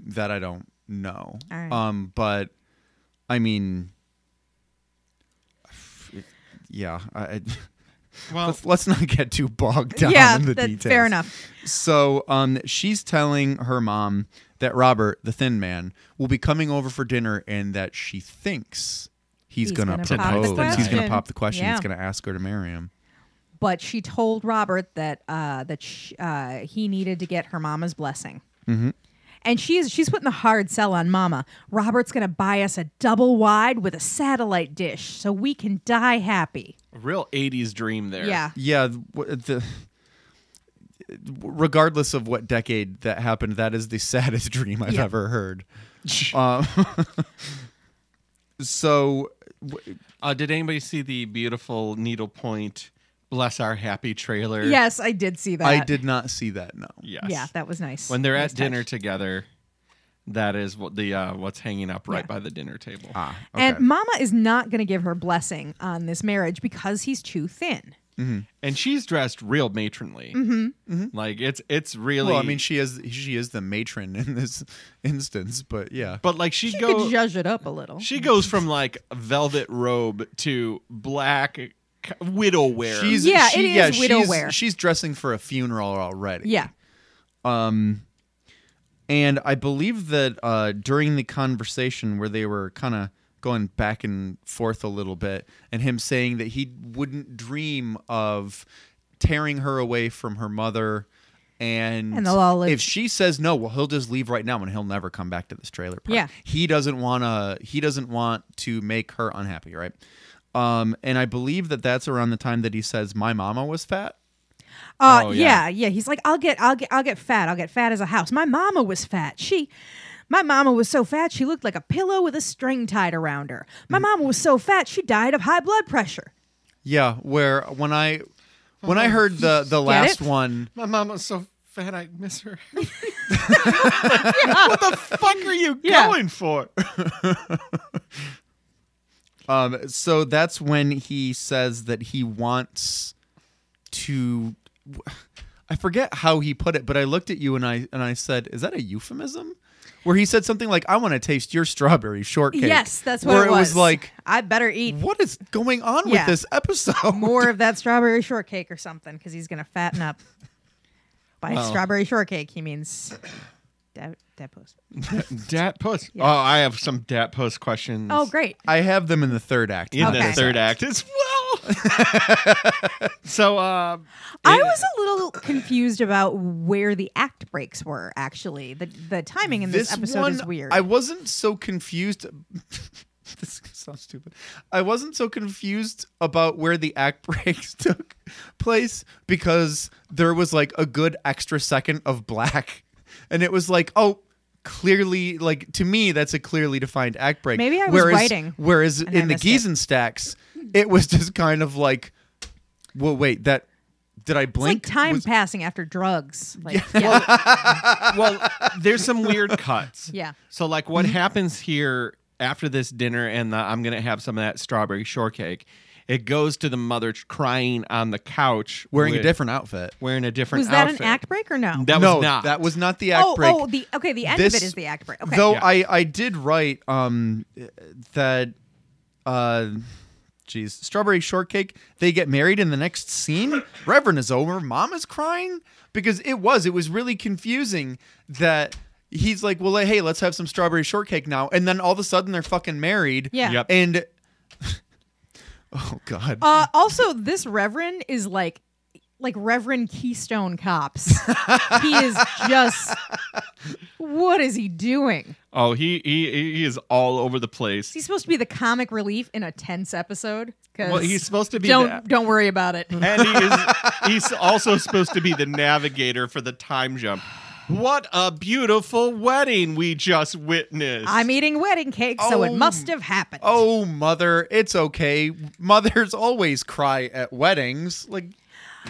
Speaker 3: that I don't know.
Speaker 4: All right.
Speaker 3: Um, but I mean yeah, I, I-
Speaker 2: Well,
Speaker 3: let's, let's not get too bogged down
Speaker 4: yeah
Speaker 3: in the
Speaker 4: that-
Speaker 3: details.
Speaker 4: fair enough
Speaker 3: So um, she's telling her mom that Robert, the thin man, will be coming over for dinner and that she thinks he's,
Speaker 4: He's
Speaker 3: going to
Speaker 4: gonna
Speaker 3: propose.
Speaker 4: pop the
Speaker 3: he's going to
Speaker 4: question.
Speaker 3: pop the question. He's
Speaker 4: Yeah.
Speaker 3: going to ask her to marry him.
Speaker 4: but she told robert that uh that sh uh he needed to get her mama's blessing
Speaker 3: Mm-hmm.
Speaker 4: and she's she's putting the hard sell on mama robert's gonna buy us a double wide with a satellite dish so we can die happy
Speaker 2: real 80s dream there.
Speaker 4: yeah
Speaker 3: Yeah, th- w- the regardless of what decade that happened, that is the saddest dream I've
Speaker 4: Yeah.
Speaker 3: ever heard. um, so
Speaker 2: Uh, did anybody see the beautiful needlepoint "Bless Our Happy" trailer?
Speaker 4: Yes, I did see that.
Speaker 3: I did not see that. No.
Speaker 2: Yes.
Speaker 4: Yeah, that was nice.
Speaker 2: when they're at
Speaker 4: Nice
Speaker 2: dinner
Speaker 4: touch.
Speaker 2: together, that is what the uh, what's hanging up right by the dinner table.
Speaker 4: And Mama is not going to give her blessing on this marriage because he's too thin.
Speaker 2: and she's dressed real matronly.
Speaker 4: Mm-hmm.
Speaker 2: Like it's it's really.
Speaker 3: Well, I mean, she is she is the matron in this instance, but yeah,
Speaker 2: but like she
Speaker 4: You
Speaker 2: goes
Speaker 4: could judge it up a little.
Speaker 2: she goes from like velvet robe to black c- widow wear.
Speaker 3: she's
Speaker 4: Yeah,
Speaker 3: she,
Speaker 4: it
Speaker 3: yeah,
Speaker 4: is
Speaker 3: she's-
Speaker 4: widowware.
Speaker 3: She's dressing for a funeral already.
Speaker 4: yeah.
Speaker 3: And I believe that uh, during the conversation where they were kind of going back and forth a little bit, and him saying that he wouldn't dream of tearing her away from her mother, and,
Speaker 4: And they'll all live-
Speaker 3: if she says no, well, he'll just leave right now and he'll never come back to this trailer park.
Speaker 4: Yeah.
Speaker 3: he doesn't want to. He doesn't want to make her unhappy, right? Um, and I believe that that's around the time that he says, "My mama was fat."
Speaker 4: Uh,
Speaker 2: Oh, yeah.
Speaker 4: yeah. yeah, He's like, I'll get, I'll get, I'll get fat. I'll get fat as a house. My mama was fat. She, my mama was so fat she looked like a pillow with a string tied around her. My mama was so fat she died of high blood pressure.
Speaker 3: Yeah, where when I when I heard the the last
Speaker 4: Uh-huh. it?
Speaker 3: one.
Speaker 2: my mom was so fat I miss her. What the fuck are you
Speaker 4: Yeah.
Speaker 2: going for?
Speaker 3: Um, so that's when he says that he wants to. I forget how he put it, but I looked at you and I and I said, "Is that a euphemism?" Where he said something like, "I want to taste your strawberry shortcake."
Speaker 4: Yes, that's what
Speaker 3: Where
Speaker 4: it was.
Speaker 3: like,
Speaker 4: I better eat
Speaker 3: "What is going on with
Speaker 4: Yeah.
Speaker 3: this episode?"
Speaker 4: more of that strawberry shortcake or something because he's gonna fatten up. By strawberry shortcake, he means dead, dead post.
Speaker 2: Dat Puss. Oh, I have some Dat Puss questions.
Speaker 4: Oh, great.
Speaker 3: I have them in the third act.
Speaker 2: in
Speaker 4: Okay.
Speaker 2: the third act as well. so, uh,
Speaker 4: I
Speaker 2: it-
Speaker 4: was a little confused about where the act breaks were. Actually, the the timing in this, episode
Speaker 3: one,
Speaker 4: is weird.
Speaker 3: I wasn't so confused. this sounds stupid. I wasn't so confused about where the act breaks took place because there was like a good extra second of black, and it was like, oh. Clearly, like to me, that's a clearly defined act break.
Speaker 4: Maybe I was
Speaker 3: whereas,
Speaker 4: writing
Speaker 3: Whereas
Speaker 4: I
Speaker 3: in the
Speaker 4: missed it.
Speaker 3: Giesen stacks, it was just kind of like, well, wait, that did I
Speaker 4: It's like
Speaker 3: blink?
Speaker 4: time
Speaker 3: Was-
Speaker 4: passing after drugs. Like, yeah.
Speaker 2: well, there's some weird cuts.
Speaker 4: Yeah.
Speaker 2: So, like, what happens here after this dinner and the, I'm going to have some of that strawberry shortcake, it goes to the mother crying on the couch.
Speaker 3: wearing a
Speaker 2: with-
Speaker 3: different outfit.
Speaker 2: Wearing a different
Speaker 4: was that
Speaker 2: outfit.
Speaker 4: an act break or no?
Speaker 2: That
Speaker 3: no,
Speaker 2: was not.
Speaker 3: that was not the act
Speaker 4: oh,
Speaker 3: break.
Speaker 4: oh, the okay. The end of it
Speaker 3: This-
Speaker 4: is the act break. Okay,
Speaker 3: Though
Speaker 2: Yeah.
Speaker 3: I, I did write um that uh geez, strawberry shortcake, they get married in the next scene. Reverend is over, mom is crying. Because it was, it was really confusing that he's like, Well, hey, let's have some strawberry shortcake now, and then all of a sudden they're fucking married.
Speaker 4: Yeah.
Speaker 2: Yep.
Speaker 3: And Oh God.
Speaker 4: Uh, also, this Reverend is like, like Reverend Keystone Cops. he is just. What is he doing?
Speaker 2: Oh, he, he he is all over the place.
Speaker 4: Is he supposed to be the comic relief in a tense episode? 'Cause
Speaker 2: Well, he's supposed to be
Speaker 4: Don't
Speaker 2: that.
Speaker 4: don't worry about it.
Speaker 2: and he is he's also supposed to be the navigator for the time jump. What a beautiful wedding we just witnessed.
Speaker 4: I'm eating wedding cake, so it
Speaker 3: Oh.
Speaker 4: must have happened.
Speaker 3: Oh mother, it's okay. Mothers always cry at weddings. Like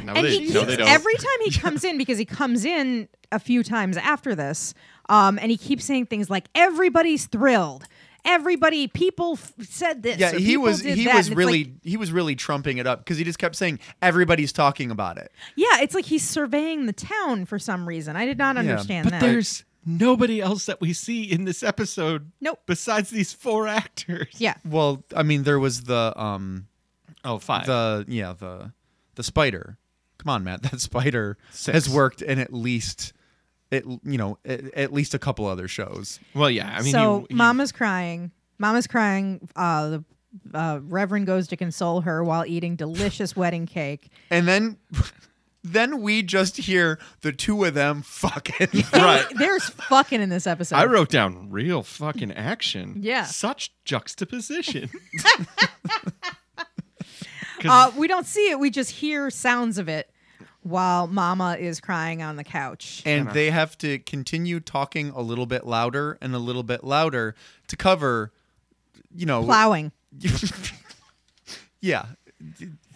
Speaker 2: no,
Speaker 4: and
Speaker 2: they,
Speaker 4: he
Speaker 2: no,
Speaker 4: keeps
Speaker 2: they don't.
Speaker 4: every time he comes in because he comes in a few times after this um, and he keeps saying things like everybody's thrilled everybody people f- said this
Speaker 3: Yeah,
Speaker 4: or
Speaker 3: he
Speaker 4: people
Speaker 3: was
Speaker 4: did
Speaker 3: he
Speaker 4: that,"
Speaker 3: was
Speaker 4: and it's
Speaker 3: really
Speaker 4: like-
Speaker 3: he was really trumping it up because he just kept saying everybody's talking about it.
Speaker 4: yeah it's like he's surveying the town for some reason i did not understand
Speaker 2: but
Speaker 4: that
Speaker 2: there's nobody else that we see in this episode.
Speaker 4: Nope.
Speaker 2: Besides these four actors.
Speaker 4: yeah
Speaker 3: Well, I mean, there was the um
Speaker 2: Oh, five.
Speaker 3: the yeah the the spider. Come on, Matt, that spider
Speaker 2: Six.
Speaker 3: has worked in at least it you know at, at least a couple other shows.
Speaker 2: well, yeah. I mean,
Speaker 4: so
Speaker 2: he- he-
Speaker 4: mama's crying mama's crying uh, the uh, reverend goes to console her while eating delicious wedding cake
Speaker 3: And then then we just hear the two of them fucking.
Speaker 2: Right.
Speaker 4: there's fucking in this episode
Speaker 2: I wrote down real fucking action.
Speaker 4: Yeah.
Speaker 2: Such juxtaposition.
Speaker 4: Uh, we don't see it. We just hear sounds of it. while Mama is crying on the couch.
Speaker 3: and they have to continue talking a little bit louder and a little bit louder to cover, you know,
Speaker 4: Plowing.
Speaker 3: yeah,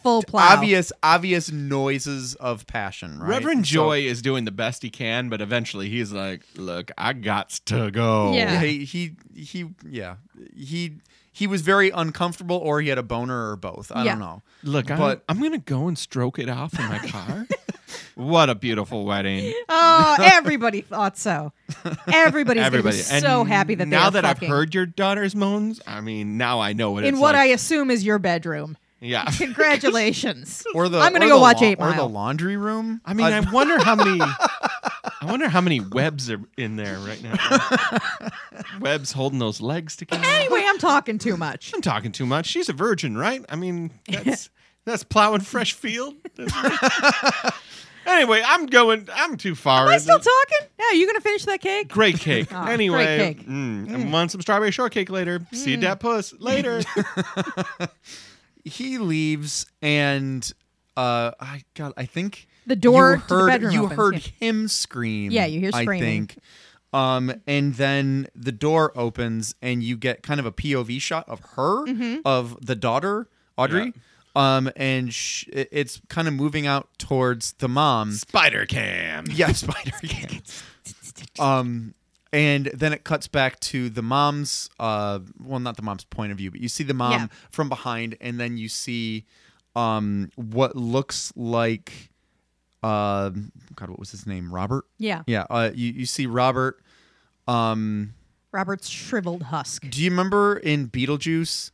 Speaker 4: Full plow.
Speaker 3: obvious obvious noises of passion. Right,
Speaker 2: Reverend
Speaker 3: So-
Speaker 2: Joy is doing the best he can, but eventually he's like, "Look, I got to go."
Speaker 4: Yeah.
Speaker 3: Yeah, he, he he yeah he he was very uncomfortable, or he had a boner, or both. I
Speaker 4: Yeah.
Speaker 3: don't know.
Speaker 2: Look, I'm,
Speaker 3: But-
Speaker 2: I'm gonna go and stroke it off in my car. what a beautiful wedding!
Speaker 4: Oh, everybody thought so. Everybody's gonna be
Speaker 2: Everybody, And
Speaker 4: so happy that they
Speaker 2: now
Speaker 4: are
Speaker 2: that
Speaker 4: fucking
Speaker 2: I've heard your daughter's moans, I mean, now I know what
Speaker 4: in
Speaker 2: it's
Speaker 4: what I
Speaker 2: like.
Speaker 4: assume is your bedroom.
Speaker 2: yeah.
Speaker 4: Congratulations.
Speaker 3: Or the
Speaker 4: I'm gonna
Speaker 3: or
Speaker 4: go
Speaker 3: the
Speaker 4: watch
Speaker 3: laun-
Speaker 4: Eight
Speaker 3: or the
Speaker 4: Mile.
Speaker 3: laundry room. Uh,
Speaker 2: I mean, I wonder how many. I wonder how many webs are in there right now. webs holding those legs together.
Speaker 4: anyway, I'm talking too much.
Speaker 2: I'm talking too much. She's a virgin, right? I mean, that's that's plowing fresh field. anyway, I'm going. I'm too far.
Speaker 4: Am I still talking? Yeah, you gonna finish that cake?
Speaker 2: Great cake.
Speaker 4: Aw, great
Speaker 2: anyway,
Speaker 4: cake. Mm.
Speaker 2: mm, I want some strawberry shortcake later. See you, dat puss later.
Speaker 3: he leaves, and uh, I God, I think
Speaker 4: The door
Speaker 3: you
Speaker 4: to the
Speaker 3: heard
Speaker 4: bedroom
Speaker 3: you
Speaker 4: opens,
Speaker 3: heard
Speaker 4: yeah.
Speaker 3: him scream.
Speaker 4: Yeah, you hear
Speaker 3: I
Speaker 4: screaming.
Speaker 3: think. Um, and then the door opens, and you get kind of a POV shot of her,
Speaker 4: Mm-hmm.
Speaker 3: of the daughter Audrey. Um, and sh- it- it's kind of moving out towards the mom.
Speaker 2: Spider cam.
Speaker 3: Yeah, Spider Can. um, and then it cuts back to the mom's, uh, well, not the mom's point of view, but you see the mom
Speaker 4: Yeah.
Speaker 3: from behind, and then you see um, what looks like, uh, God, what was his name? Robert?
Speaker 4: Yeah.
Speaker 3: Yeah, uh, you, you see Robert. Um,
Speaker 4: Robert's shriveled husk.
Speaker 3: do you remember in Beetlejuice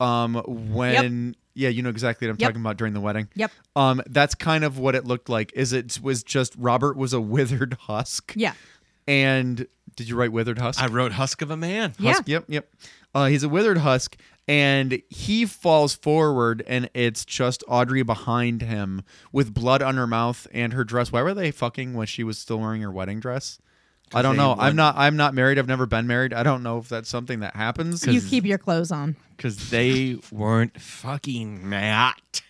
Speaker 3: um, when, yeah, you know exactly what I'm
Speaker 4: Yep.
Speaker 3: talking about during the wedding?
Speaker 4: Yep.
Speaker 3: Um, that's kind of what it looked like. Is it was just Robert was a withered husk.
Speaker 4: Yeah.
Speaker 3: And did you write withered husk?
Speaker 2: I wrote husk of a man.
Speaker 4: Yeah.
Speaker 3: Yep, yep. Uh, he's a withered husk, and he falls forward, and it's just Audrey behind him with blood on her mouth and her dress. Why were they fucking when she was still wearing her wedding dress? I don't
Speaker 2: they
Speaker 3: know.
Speaker 2: want-
Speaker 3: I'm not. I'm not married. I've never been married. I don't know if that's something that happens.
Speaker 4: You keep your clothes on.
Speaker 2: because they weren't fucking Matt.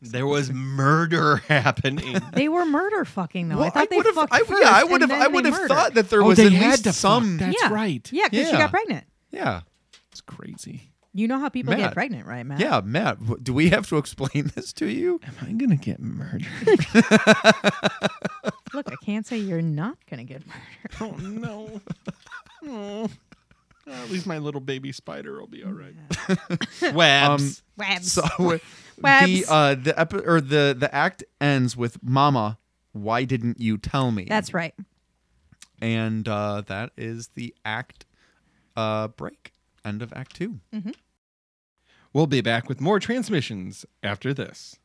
Speaker 2: There was murder happening.
Speaker 4: They were murder fucking though. I
Speaker 3: Well,
Speaker 4: thought they
Speaker 3: would've-
Speaker 4: fucked
Speaker 3: I,
Speaker 4: first.
Speaker 3: yeah, I
Speaker 4: and
Speaker 3: would have.
Speaker 4: then
Speaker 3: I
Speaker 4: they
Speaker 3: would have
Speaker 4: murdered.
Speaker 3: thought that there
Speaker 2: Oh,
Speaker 3: was
Speaker 2: they
Speaker 3: at
Speaker 2: had
Speaker 3: least
Speaker 2: to fuck.
Speaker 3: some.
Speaker 2: That's
Speaker 4: yeah.
Speaker 2: right.
Speaker 4: Yeah, because she
Speaker 3: Yeah.
Speaker 4: got pregnant.
Speaker 3: Yeah.
Speaker 2: It's crazy.
Speaker 4: You know how people
Speaker 3: Matt.
Speaker 4: get pregnant, right, Matt?
Speaker 3: Yeah, Matt, w- do we have to explain this to you?
Speaker 2: Am I gonna get murdered?
Speaker 4: Look, I can't say you're not gonna get murdered.
Speaker 2: oh no. Oh. At least my little baby spider will be all right. Um, Webs.
Speaker 4: Webs.
Speaker 3: So the
Speaker 4: Webs.
Speaker 3: uh the epi- or the the act ends with Mama, why didn't you tell me?
Speaker 4: That's right.
Speaker 3: and uh that is the act uh break. End of act 2.
Speaker 2: we'll be back with more transmissions after this.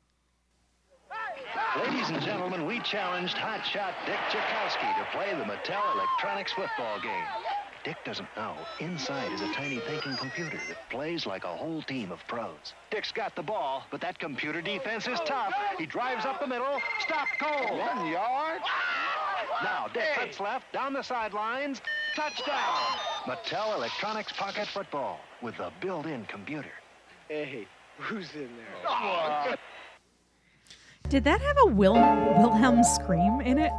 Speaker 9: Ladies and gentlemen, we challenged hotshot Dick Tchaikovsky to play the Mattel Electronics football game. Dick doesn't know. Inside is a tiny thinking computer that plays like a whole team of pros. Dick's got the ball, but that computer defense is tough. He drives up the middle, stop goal. One yard. Now Dick cuts left, down the sidelines, touchdown. Mattel Electronics Pocket Football with the built-in computer.
Speaker 4: Did that have a Wil- Wilhelm scream in it?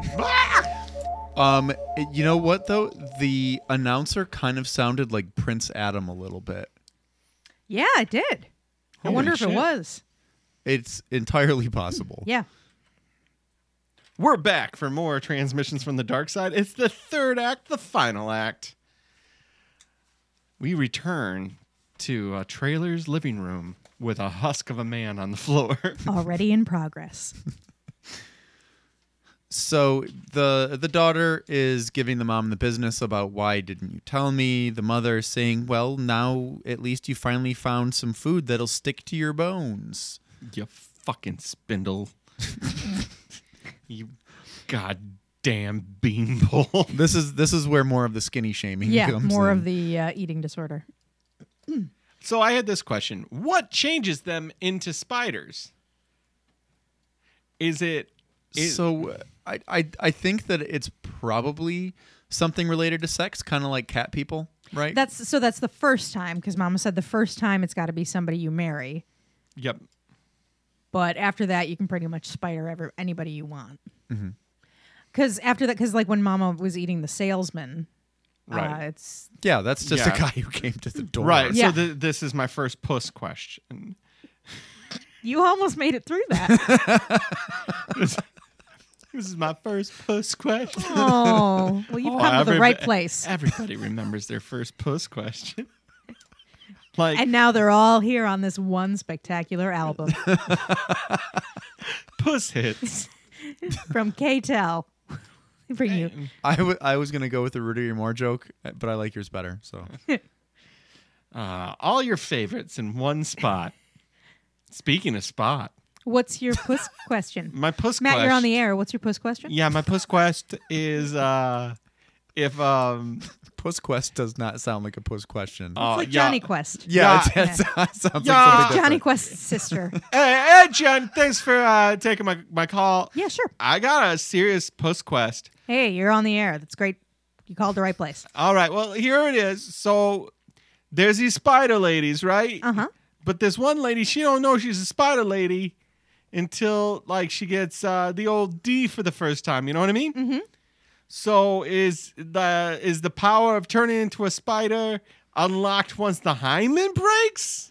Speaker 3: Um it- you know what though? The announcer kind of sounded like Prince Adam a little bit.
Speaker 4: Yeah, it did. I
Speaker 2: Holy
Speaker 4: wonder if
Speaker 2: shit.
Speaker 4: it was.
Speaker 3: It's entirely possible.
Speaker 4: Yeah.
Speaker 2: We're back for more transmissions from the dark side. It's the third act, the final act. We return to a trailer's living room with a husk of a man on the floor.
Speaker 4: Already in progress.
Speaker 3: so the the daughter is giving the mom the business about why didn't you tell me the mother is saying well now at least you finally found some food that'll stick to your bones
Speaker 2: you fucking spindle. you goddamn beanpole.
Speaker 3: this is this is where more of the skinny shaming
Speaker 4: Yeah,
Speaker 3: comes
Speaker 4: more
Speaker 3: in.
Speaker 4: of the uh, eating disorder.
Speaker 2: So I had this question. What changes them into spiders? Is it, is
Speaker 3: so I, I i think that it's probably something related to sex kind of like cat people right
Speaker 4: That's so that's the first time because Mama said the first time it's got to be somebody you marry.
Speaker 2: Yep.
Speaker 4: But after that, you can pretty much spider every, anybody you want.
Speaker 2: Mm-hmm.
Speaker 4: Because after that, because like when Mama was eating the salesman,
Speaker 2: Right.
Speaker 4: uh, it's
Speaker 3: Yeah, that's just
Speaker 2: Yeah.
Speaker 3: a guy who came to the door.
Speaker 2: Right.
Speaker 4: Yeah.
Speaker 2: So th- this is my first puss question.
Speaker 4: you almost made it through that.
Speaker 2: This is my first puss question.
Speaker 4: oh, well, you've
Speaker 2: Oh,
Speaker 4: come to the
Speaker 2: everyb-
Speaker 4: right place.
Speaker 2: Everybody remembers their first puss question. Like
Speaker 4: And now they're all here on this one spectacular album
Speaker 2: puss hits.
Speaker 4: from KTEL. For you,
Speaker 3: I, w- I was going to go with the Rudy Moore joke, but I like yours better. So
Speaker 2: Uh, all your favorites in one spot. Speaking of spot,
Speaker 4: what's your puss question?
Speaker 2: my puss
Speaker 4: Matt,
Speaker 2: quest.
Speaker 4: you're on the air. What's your puss question?
Speaker 2: Yeah, my puss quest is uh, if um,
Speaker 3: Puss Quest does not sound like a Puss question.
Speaker 2: uh,
Speaker 4: it's like
Speaker 2: yeah.
Speaker 4: Johnny Quest.
Speaker 3: yeah,
Speaker 2: yeah.
Speaker 3: it sounds like
Speaker 2: Yeah.
Speaker 3: something
Speaker 4: Johnny
Speaker 3: different.
Speaker 4: Quest's sister.
Speaker 2: Hey, hey, John, thanks for uh, taking my my call.
Speaker 4: yeah, sure.
Speaker 2: I got a serious puss quest.
Speaker 4: Hey, you're on the air. That's great. You called the right place.
Speaker 2: All right. Well, here it is. So there's these spider ladies, right?
Speaker 4: Uh huh.
Speaker 2: But this one lady, she don't know she's a spider lady until like she gets uh, the old D for the first time. You know what I mean? Mm-hmm. So is the is the power of turning into a spider unlocked once the hymen breaks?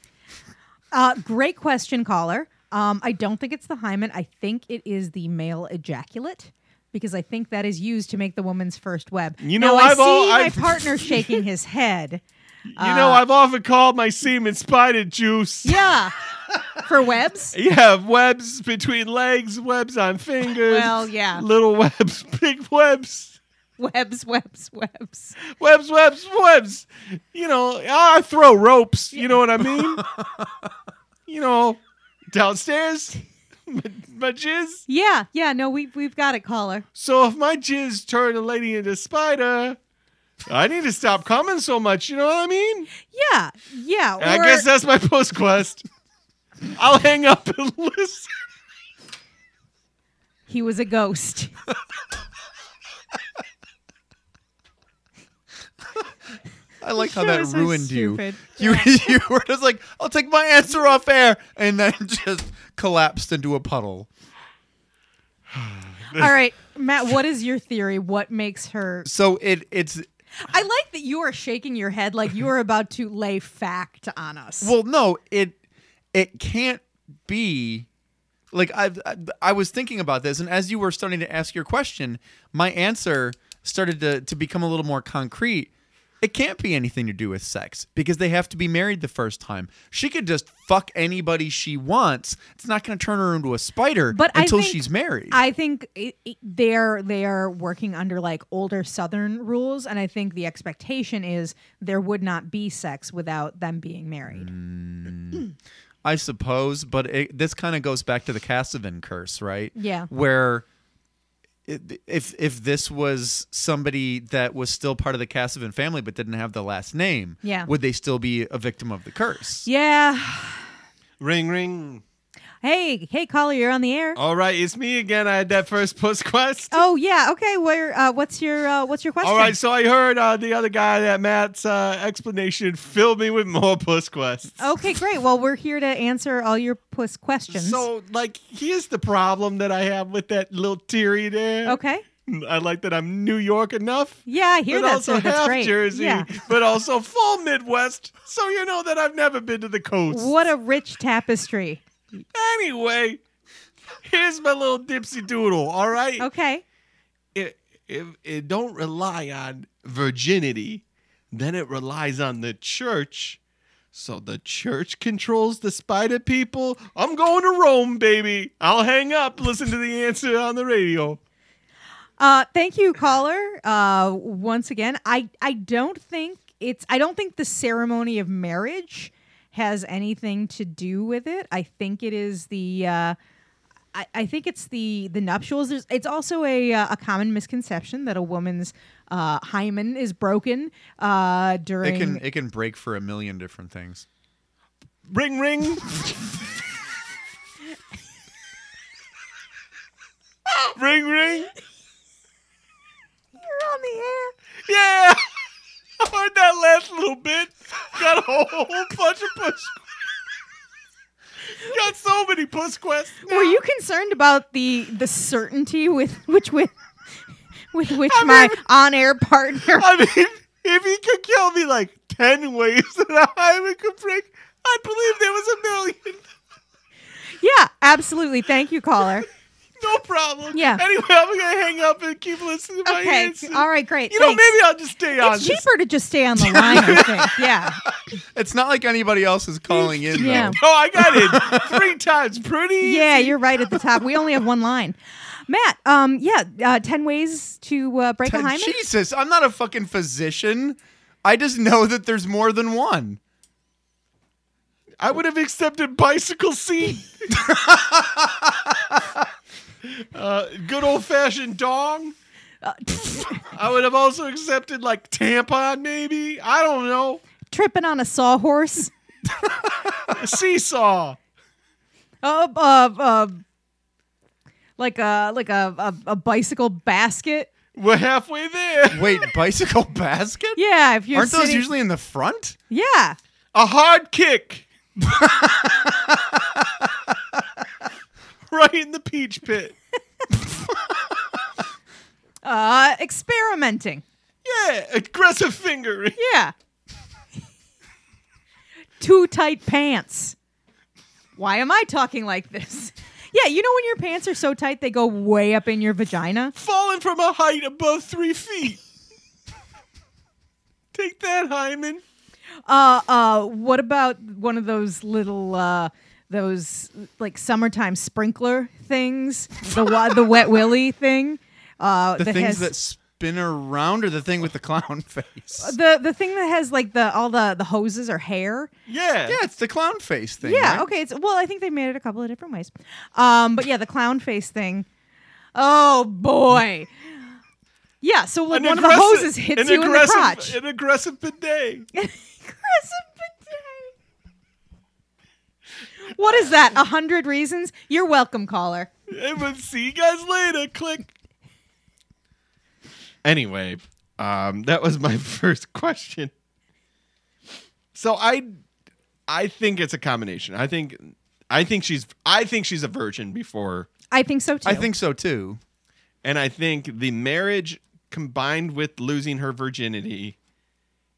Speaker 4: Uh, great question, caller. Um, I don't think it's the hymen. I think it is the male ejaculate because I think that is used to make the woman's first web.
Speaker 2: You know,
Speaker 4: now, I
Speaker 2: I've
Speaker 4: see
Speaker 2: al-
Speaker 4: my
Speaker 2: I've-
Speaker 4: partner shaking his head.
Speaker 2: you know, I've often called my semen spider juice.
Speaker 4: Uh. Yeah, for webs.
Speaker 2: You have webs between legs, webs on fingers.
Speaker 4: Well, yeah.
Speaker 2: Little webs, big webs.
Speaker 4: Webs, webs, webs.
Speaker 2: webs, webs, webs. You know, I throw ropes. You know what I mean? you know, downstairs, my, my jizz.
Speaker 4: Yeah, yeah. No, we we've got it, caller.
Speaker 2: So if my jizz turned a lady into a spider, I need to stop coming so much. You know what I mean?
Speaker 4: Yeah, yeah. Or,
Speaker 2: And I guess that's my post quest. I'll hang up and listen.
Speaker 4: he was a ghost.
Speaker 3: I like how
Speaker 4: Sure
Speaker 3: that
Speaker 4: is so
Speaker 3: ruined you.
Speaker 4: stupid.
Speaker 3: You you were just like, I'll take my answer off air, and then just collapsed into a puddle.
Speaker 4: All right, Matt. What is your theory? What makes her
Speaker 3: So it it's
Speaker 4: I like that you are shaking your head like you are about to lay fact on us.
Speaker 3: well no it it can't be like I I was thinking about this, and as you were starting to ask your question, my answer started to to become a little more concrete. It can't be anything to do with sex because they have to be married the first time. She could just fuck anybody she wants. It's not going to turn her into a spider
Speaker 4: but I
Speaker 3: until
Speaker 4: think-
Speaker 3: she's married.
Speaker 4: I think it, it- they're they are working under like older Southern rules, and I think the expectation is there would not be sex without them being married.
Speaker 2: Mm.
Speaker 3: I suppose, but it, this kind of goes back to the Casavan curse, right?
Speaker 4: Yeah.
Speaker 3: Where it, if if this was somebody that was still part of the Casavan family but didn't have the last name,
Speaker 4: Yeah.
Speaker 3: would they still be a victim of the curse?
Speaker 4: Yeah.
Speaker 2: Ring, ring.
Speaker 4: Hey, hey, caller, you're on the air. Oh,
Speaker 2: All right, it's me again. I had that first post quest.
Speaker 4: yeah. Okay. Where? Uh, what's your uh, What's your question?
Speaker 2: All right, so I heard uh, the other guy that Matt's uh, explanation filled me with more puss quests.
Speaker 4: okay. Great. Well, we're here to answer all your puss questions.
Speaker 2: So, like, here's the problem that I have with that little theory there.
Speaker 4: okay.
Speaker 2: I like that I'm New York enough.
Speaker 4: Yeah, I hear
Speaker 2: but
Speaker 4: that.
Speaker 2: also
Speaker 4: so that's
Speaker 2: half
Speaker 4: great.
Speaker 2: Jersey,
Speaker 4: Yeah.
Speaker 2: but also full Midwest. So you know that I've never been to the coast.
Speaker 4: What a rich tapestry.
Speaker 2: Anyway, here's my little dipsy doodle. All right.
Speaker 4: Okay.
Speaker 2: If, if it don't rely on virginity, then it relies on the church. So the church controls the spider people. I'm going to Rome, baby. I'll hang up. Listen to the answer on the radio.
Speaker 4: Uh, thank you, caller. Uh, once again, I I don't think it's I don't think the ceremony of marriage has anything to do with it. I think it is the uh, I, I think it's the the nuptials. There's, it's also a uh, a common misconception that a woman's uh, hymen is broken uh, during.
Speaker 3: It can it can break for a million different things.
Speaker 2: Ring, ring. ring, ring.
Speaker 4: You're on the air.
Speaker 2: Yeah. I heard that last little bit. Got a whole bunch of push. You got so many puss quests.
Speaker 4: Were you concerned about the the certainty with which with with which
Speaker 2: I
Speaker 4: my
Speaker 2: mean-
Speaker 4: on-air partner?
Speaker 2: I mean, if he could kill me like 10 ways that I could break, I'd believe there was a million.
Speaker 4: yeah, absolutely. Thank you, caller.
Speaker 2: No problem.
Speaker 4: Yeah.
Speaker 2: Anyway, I'm going to hang up and keep listening to my
Speaker 4: Okay,
Speaker 2: answer.
Speaker 4: all right, great.
Speaker 2: You know,
Speaker 4: thanks.
Speaker 2: maybe I'll just stay on
Speaker 4: it's
Speaker 2: this.
Speaker 4: cheaper to just stay on the line. I think. Yeah,
Speaker 3: It's not like anybody else is calling in. though.
Speaker 4: yeah,
Speaker 2: Oh, I got it three times. Pretty.
Speaker 4: yeah. You're right at the top. We only have one line. Matt, um, yeah, uh, ten ways to uh, break a hymen.
Speaker 3: Jesus, I'm not a fucking physician. I just know that there's more than one.
Speaker 2: I would have accepted bicycle seat. uh, good old fashioned dong.
Speaker 4: Uh,
Speaker 2: I would have also accepted like tampon, maybe. I don't know.
Speaker 4: Tripping on a sawhorse.
Speaker 2: A seesaw.
Speaker 4: Uh, uh, uh, like a like a, a a bicycle basket.
Speaker 2: We're halfway there.
Speaker 3: Wait, bicycle basket?
Speaker 4: Yeah, if you're
Speaker 3: Aren't those
Speaker 4: sitting-
Speaker 3: usually in the front?
Speaker 4: Yeah.
Speaker 2: A hard kick. right in the peach pit.
Speaker 4: Uh, experimenting.
Speaker 2: Yeah, aggressive fingering.
Speaker 4: Yeah. Too tight pants. Why am I talking like this? Yeah, you know when your pants are so tight they go way up in your vagina?
Speaker 2: Falling from a height above three feet. Take that, Hyman.
Speaker 4: Uh uh what about one of those little uh those like summertime sprinkler things? The wa- the wet willy thing? Uh
Speaker 3: The
Speaker 4: that
Speaker 3: things
Speaker 4: has-
Speaker 3: that spin around or the thing with the clown face?
Speaker 4: the the thing that has like the all the the hoses or hair.
Speaker 2: Yeah.
Speaker 3: yeah, it's the clown face thing.
Speaker 4: Yeah,
Speaker 3: right?
Speaker 4: okay. It's well, I think they made it a couple of different ways. Um, but yeah, the clown face thing. Oh boy. Yeah, so like, one of the
Speaker 2: aggressive-
Speaker 4: hoses
Speaker 2: an
Speaker 4: hits you in the
Speaker 2: aggressive-
Speaker 4: crotch.
Speaker 2: An aggressive bidet.
Speaker 4: Aggressive What is that? A hundred reasons? You're welcome, caller.
Speaker 2: and we'll see you guys later. Click. Anyway, um, that was my first question. So I, I think it's a combination. I think, I think she's, I think she's a virgin before,
Speaker 4: I think so too.
Speaker 3: I think so too.
Speaker 2: and I think the marriage combined with losing her virginity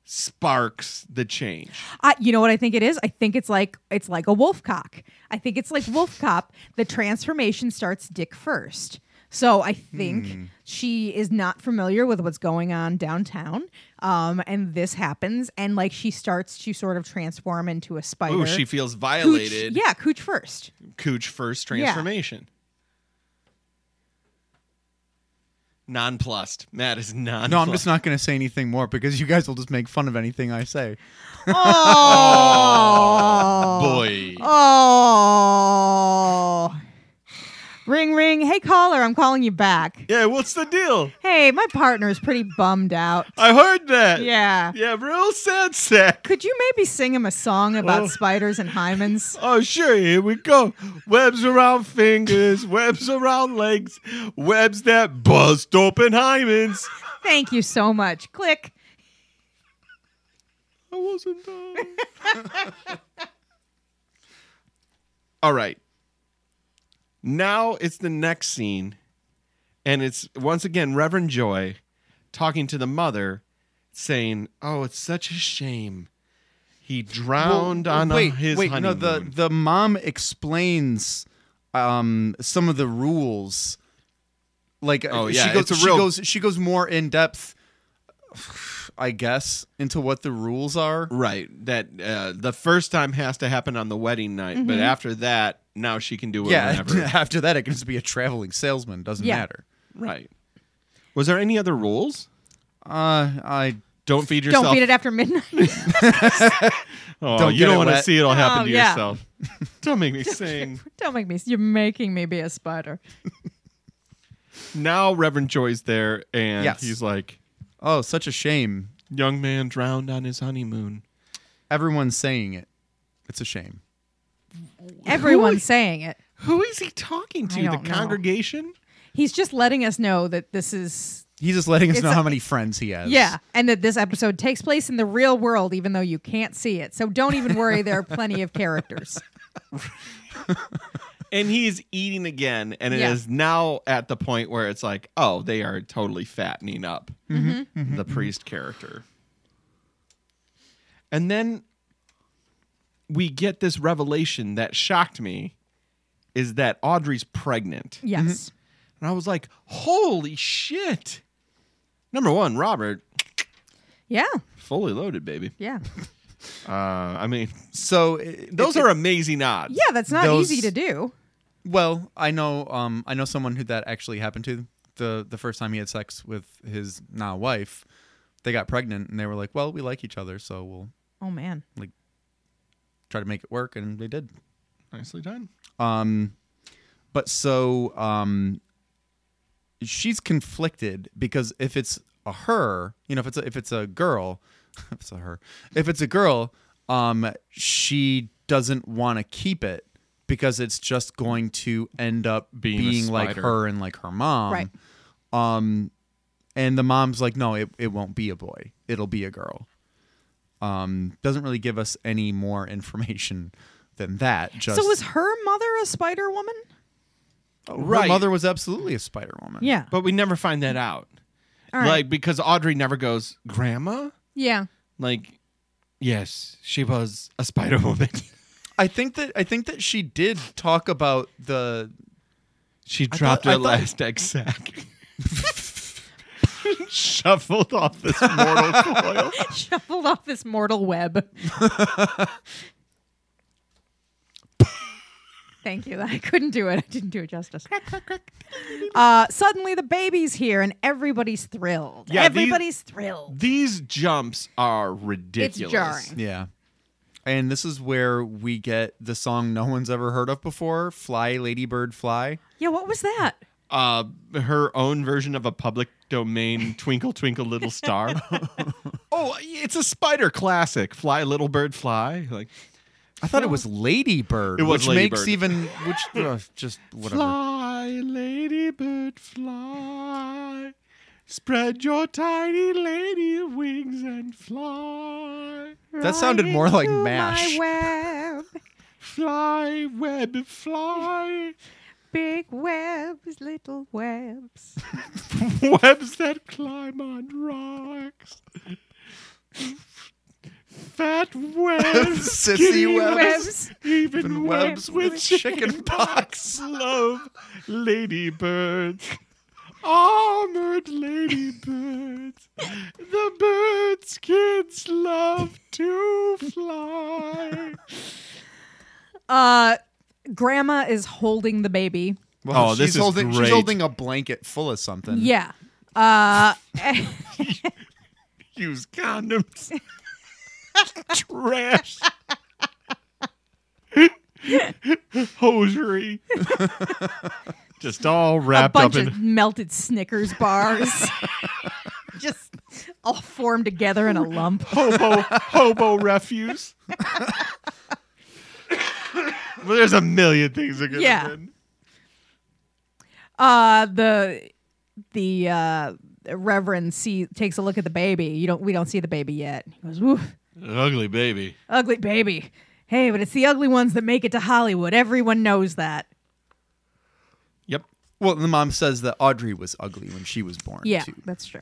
Speaker 2: sparks the change.
Speaker 4: I, you know what I think it is? I think it's like it's like a wolf cock. I think it's like wolf cop. The transformation starts dick first. So I think she is not familiar with what's going on downtown, um, and this happens, and like she starts to sort of transform into a spider.
Speaker 2: Ooh, she feels
Speaker 4: cooch,
Speaker 2: violated.
Speaker 4: yeah, cooch first.
Speaker 2: Cooch first transformation. Nonplussed. Matt is nonplussed.
Speaker 3: No, I'm just not going to say anything more because you guys will just make fun of anything I say.
Speaker 2: boy.
Speaker 4: Oh, ring ring! Hey caller, I'm calling you back.
Speaker 2: Yeah, what's the deal?
Speaker 4: Hey, my partner is pretty bummed out.
Speaker 2: I heard that.
Speaker 4: Yeah.
Speaker 2: Yeah, real sad sack.
Speaker 4: Could you maybe sing him a song about spiders and hymens?
Speaker 2: Oh, sure, here we go. Webs around fingers, webs around legs, webs that bust open hymens.
Speaker 4: Thank you so much. Click.
Speaker 2: I wasn't done. All right. Now it's the next scene, and it's once again Reverend Joy talking to the mother, saying, "Oh, it's such a shame. He drowned
Speaker 3: Well,
Speaker 2: on a-
Speaker 3: wait,
Speaker 2: his
Speaker 3: wait,
Speaker 2: honeymoon."
Speaker 3: No, the the mom explains um, some of the rules. Like
Speaker 2: Oh,
Speaker 3: uh,
Speaker 2: yeah,
Speaker 3: she goes,
Speaker 2: it's a
Speaker 3: she
Speaker 2: real-
Speaker 3: goes, she goes more in depth, I guess, into what the rules are.
Speaker 2: right that uh, the first time has to happen on the wedding night, but after that, now she can do it
Speaker 3: Yeah,
Speaker 2: whenever.
Speaker 3: after that, it can just be a traveling salesman. Doesn't
Speaker 4: Yeah.
Speaker 3: matter.
Speaker 2: right. Was there any other rules?
Speaker 3: Uh, I
Speaker 2: Don't feed yourself.
Speaker 4: Don't beat it after midnight.
Speaker 2: Oh,
Speaker 3: Don't
Speaker 2: you
Speaker 3: get
Speaker 2: don't
Speaker 3: it
Speaker 2: want to
Speaker 3: wet.
Speaker 2: see it all happen
Speaker 4: Oh,
Speaker 2: to
Speaker 4: yeah.
Speaker 2: yourself. don't make me sing.
Speaker 4: Don't make me. You're making me be a spider.
Speaker 2: Now Reverend Joy's there, and
Speaker 3: Yes.
Speaker 2: he's like,
Speaker 3: oh, such a shame.
Speaker 2: "Young man drowned on his honeymoon."
Speaker 3: Everyone's saying it. It's a shame.
Speaker 4: Everyone's saying it.
Speaker 2: Who is he talking to?
Speaker 4: I
Speaker 2: The
Speaker 4: don't know.
Speaker 2: congregation?
Speaker 4: He's just letting us know that this is
Speaker 3: He's just letting us
Speaker 4: It's
Speaker 3: know
Speaker 4: a-
Speaker 3: how many friends he has.
Speaker 4: yeah, and that this episode takes place in the real world, even though you can't see it. So don't even worry. There are plenty of characters.
Speaker 2: and he's eating again, and it is
Speaker 4: Yeah.
Speaker 2: now at the point where it's like, oh, they are totally fattening up the priest character. And then we get this revelation that shocked me is that Audrey's pregnant.
Speaker 4: Yes.
Speaker 2: And I was like, holy shit. Number one, Robert,
Speaker 4: Yeah.
Speaker 2: fully loaded, baby.
Speaker 4: Yeah.
Speaker 2: Uh, I mean,
Speaker 3: So it-
Speaker 2: those
Speaker 3: it-
Speaker 2: are amazing odds.
Speaker 4: Yeah, that's not
Speaker 3: Those-
Speaker 4: easy to do.
Speaker 3: Well, I know um I know someone who that actually happened to the the first time he had sex with his now wife. They got pregnant and they were like, "Well, we like each other, so we'll
Speaker 4: Oh man.
Speaker 3: try to make it work," and they did.
Speaker 2: Nicely done.
Speaker 3: Um, but so um, she's conflicted because if it's a her, you know, if it's a, if it's a girl, if it's a her, if it's a girl, um, she doesn't want to keep it because it's just going to end up
Speaker 2: Being
Speaker 3: being,
Speaker 2: a
Speaker 3: like
Speaker 2: spider.
Speaker 3: her and like her mom,
Speaker 4: Right.
Speaker 3: Um, and the mom's like, no, it it won't be a boy, it'll be a girl. Um, doesn't really give us any more information than that. Just
Speaker 4: So was her mother a Spider Woman?
Speaker 2: Right.
Speaker 3: her mother was absolutely a Spider Woman.
Speaker 4: Yeah.
Speaker 2: But we never find that out.
Speaker 4: All right.
Speaker 2: Like, because Audrey never goes, Grandma?
Speaker 4: yeah.
Speaker 2: Like, yes, she was a Spider Woman.
Speaker 3: I think that I think that she did talk about the.
Speaker 2: she
Speaker 3: thought-
Speaker 2: dropped
Speaker 3: I
Speaker 2: her
Speaker 3: thought-
Speaker 2: last egg sack. Shuffled off this mortal coil.
Speaker 4: Shuffled off this mortal web. Thank you. I couldn't do it. I didn't do it justice. Uh, suddenly the baby's here and everybody's thrilled.
Speaker 2: Yeah, these-
Speaker 4: everybody's thrilled.
Speaker 2: These jumps are ridiculous.
Speaker 4: jarring.
Speaker 3: Yeah. And this is where we get the song no one's ever heard of before, "Fly Ladybird Fly."
Speaker 4: Yeah, what was that?
Speaker 2: Uh, her own version of a public domain Twinkle Twinkle Little Star. oh, it's a spider classic. Fly, little bird, fly. Like,
Speaker 3: I thought it was Ladybird,
Speaker 2: It was
Speaker 3: which
Speaker 2: Ladybird.
Speaker 3: makes even which uh, just whatever.
Speaker 2: Fly, ladybird, fly. Spread your tiny lady wings and fly.
Speaker 3: That sounded more like
Speaker 4: Into My
Speaker 3: Mash.
Speaker 4: web,
Speaker 2: Fly, web, fly.
Speaker 4: big webs, little webs.
Speaker 2: Webs that climb on rocks. Fat webs.
Speaker 3: Sissy
Speaker 2: skinny
Speaker 3: webs.
Speaker 2: Even webs,
Speaker 4: webs
Speaker 2: with
Speaker 4: with
Speaker 2: chicken pox. Love ladybirds. Armored ladybirds. The birds kids love to fly.
Speaker 4: Uh, grandma is holding the baby.
Speaker 3: Well,
Speaker 2: Oh, this
Speaker 3: she's
Speaker 2: is
Speaker 3: holding,
Speaker 2: great.
Speaker 3: She's holding a blanket full of
Speaker 2: Mm.
Speaker 3: something.
Speaker 4: Yeah. Uh,
Speaker 2: Use condoms. Trash. Hosiery. Just all
Speaker 4: a
Speaker 2: wrapped up
Speaker 4: bunch
Speaker 2: in
Speaker 4: of melted Snickers bars. Just all formed together in a lump.
Speaker 2: hobo hobo refuse. well, there's a million things that could
Speaker 4: Yeah.
Speaker 2: happen.
Speaker 4: Uh, the the uh, reverend see takes a look at the baby. You don't we don't see the baby yet. He goes, "Woof,
Speaker 2: Ugly baby.
Speaker 4: ugly baby." Hey, but it's the ugly ones that make it to Hollywood. Everyone knows that.
Speaker 2: Yep.
Speaker 3: Well, the mom says that Audrey was ugly when she was born.
Speaker 4: Yeah,
Speaker 3: too.
Speaker 4: that's true.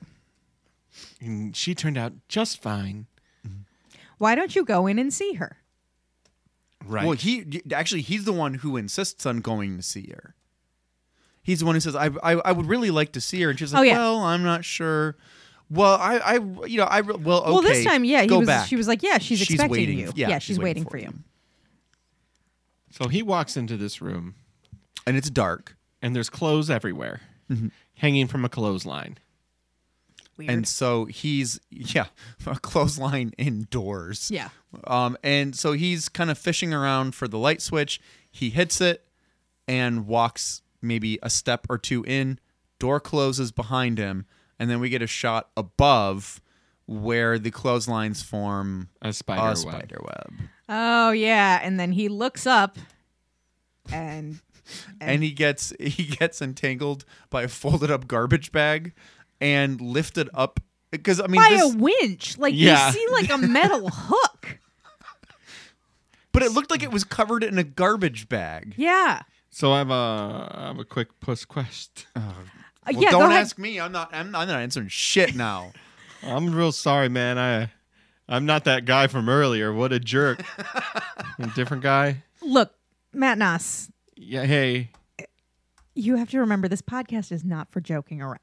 Speaker 2: And she turned out just fine.
Speaker 4: Why don't you go in and see her?
Speaker 2: Right.
Speaker 3: Well, he actually he's the one who insists on going to see her. He's the one who says, "I I, I would really like to see her," and she's like,
Speaker 4: Oh, yeah.
Speaker 3: "Well, I'm not sure." Well, I I you know I re- well okay.
Speaker 4: Well, this time, yeah, he
Speaker 3: go
Speaker 4: was,
Speaker 3: back.
Speaker 4: she was like, "Yeah, she's,
Speaker 3: She's
Speaker 4: expecting
Speaker 3: waiting-
Speaker 4: you.
Speaker 3: yeah,
Speaker 4: she's, waiting, for you."
Speaker 2: so he walks into this room
Speaker 3: and it's dark,
Speaker 2: and there's clothes everywhere
Speaker 3: Mm-hmm.
Speaker 2: hanging from a clothesline.
Speaker 4: Weird.
Speaker 3: and so he's yeah a clothesline indoors.
Speaker 4: yeah,
Speaker 3: Um, and so he's kind of fishing around for the light switch. He hits it and walks maybe a step or two in. Door closes behind him, and then we get a shot above where the clotheslines form
Speaker 2: A spider
Speaker 3: a
Speaker 2: web.
Speaker 3: spider web.
Speaker 4: Oh yeah, and then he looks up, and
Speaker 3: And he gets he gets entangled by a folded up garbage bag and lifted up because I mean
Speaker 4: by
Speaker 3: this,
Speaker 4: a winch, like
Speaker 2: Yeah.
Speaker 4: you see, like a metal hook.
Speaker 3: But it looked like it was covered in a garbage bag.
Speaker 4: Yeah.
Speaker 2: So I have a I have a quick puss quest.
Speaker 4: Uh,
Speaker 3: Well,
Speaker 4: yeah,
Speaker 3: don't
Speaker 4: go ahead.
Speaker 3: ask me. I'm not. I'm, I'm not answering shit now.
Speaker 2: I'm real sorry, man. I I'm not that guy from earlier. What a jerk. a different guy.
Speaker 4: Look, Matt Noss,
Speaker 2: Yeah. Hey.
Speaker 4: you have to remember this podcast is not for joking around.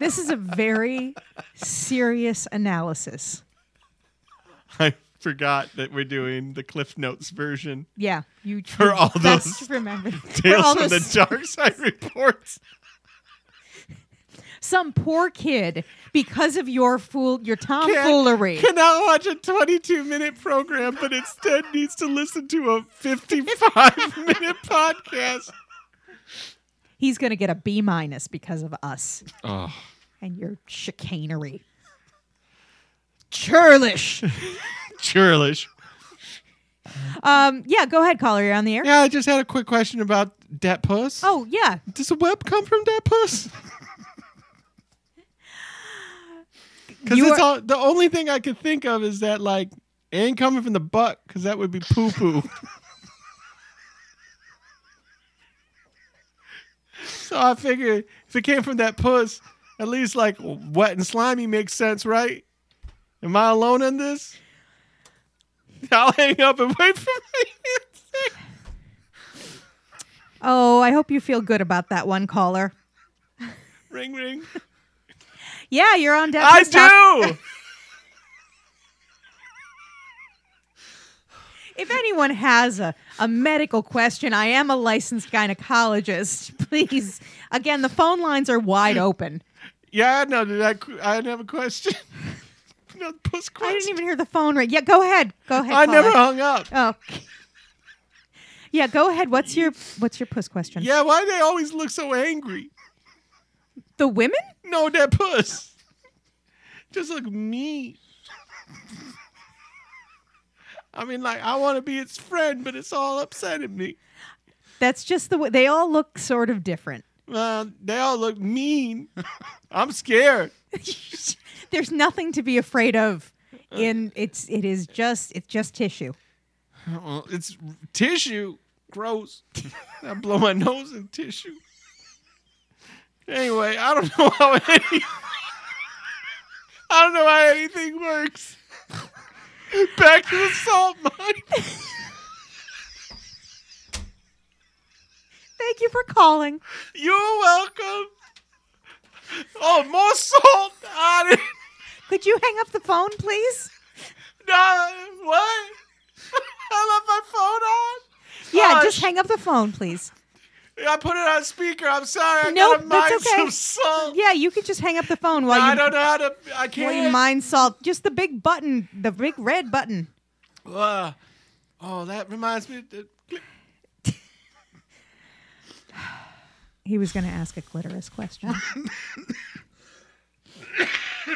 Speaker 4: this is a very serious analysis.
Speaker 2: I forgot that we're doing the Cliff Notes version.
Speaker 4: Yeah, you
Speaker 2: For all
Speaker 4: best
Speaker 2: those
Speaker 4: remember for
Speaker 2: Tales
Speaker 4: all
Speaker 2: from
Speaker 4: those,
Speaker 2: the Dark Side reports.
Speaker 4: some poor kid because of your fool your
Speaker 2: Can't-
Speaker 4: tomfoolery.
Speaker 2: Cannot watch a 22 minute program, but instead needs to listen to a 55 minute podcast.
Speaker 4: He's going to get a B minus because of us
Speaker 2: Oh.
Speaker 4: and your chicanery. Churlish.
Speaker 2: Churlish.
Speaker 4: Um, yeah, go ahead, caller. You're on the air.
Speaker 2: Yeah, I just had a quick question about Dat Puss.
Speaker 4: Oh, yeah.
Speaker 2: Does the web come from that puss? Because
Speaker 4: You
Speaker 2: it's
Speaker 4: are-
Speaker 2: all the only thing I could think of is that like it ain't coming from the butt because that would be poo poo. so I figure if it came from that puss, at least like wet and slimy makes sense, right? Am I alone in this? I'll hang up and wait for my answer.
Speaker 4: Oh, I hope you feel good about that one caller.
Speaker 2: Ring ring.
Speaker 4: Yeah, you're on deck.
Speaker 2: I
Speaker 4: Let's talk-
Speaker 2: do.
Speaker 4: If anyone has a, a medical question, I am a licensed gynecologist. Please. Again, the phone lines are wide open.
Speaker 2: Yeah, I know. Did I? qu- I didn't have a question. no puss
Speaker 4: I
Speaker 2: question.
Speaker 4: didn't even hear the phone ring. Yeah, go ahead. Go ahead.
Speaker 2: I never
Speaker 4: caller.
Speaker 2: hung up.
Speaker 4: Oh. Yeah, go ahead. What's your what's your puss question?
Speaker 2: Yeah, why do they always look so angry?
Speaker 4: The women?
Speaker 2: No, that puss. Just look mean. I mean, like I want to be its friend, but it's all upsetting me.
Speaker 4: That's just the way they all look sort of different.
Speaker 2: Uh, they all look mean. I'm scared.
Speaker 4: There's nothing to be afraid of in it's it is just it's just tissue.
Speaker 2: Well, Uh, it's tissue. Gross. I blow my nose in tissue. Anyway, I don't know how any, I don't know how anything works. Back to the salt mine.
Speaker 4: Thank you for calling.
Speaker 2: You're welcome. Oh, more salt on it.
Speaker 4: Could you hang up the phone, please?
Speaker 2: Nah, what? I left my phone
Speaker 4: Yeah,
Speaker 2: Oh,
Speaker 4: just
Speaker 2: sh-
Speaker 4: hang up the phone, please.
Speaker 2: on. I put it on speaker. I'm sorry. I
Speaker 4: Nope,
Speaker 2: gotta mine
Speaker 4: that's okay.
Speaker 2: some salt.
Speaker 4: Yeah, you could just hang up the phone while
Speaker 2: I
Speaker 4: you
Speaker 2: don't know how to. I can't.
Speaker 4: while you mine salt. Just the big button, the big red button.
Speaker 2: Uh, oh, that reminds me. That,
Speaker 4: He was going to ask a clitoris question.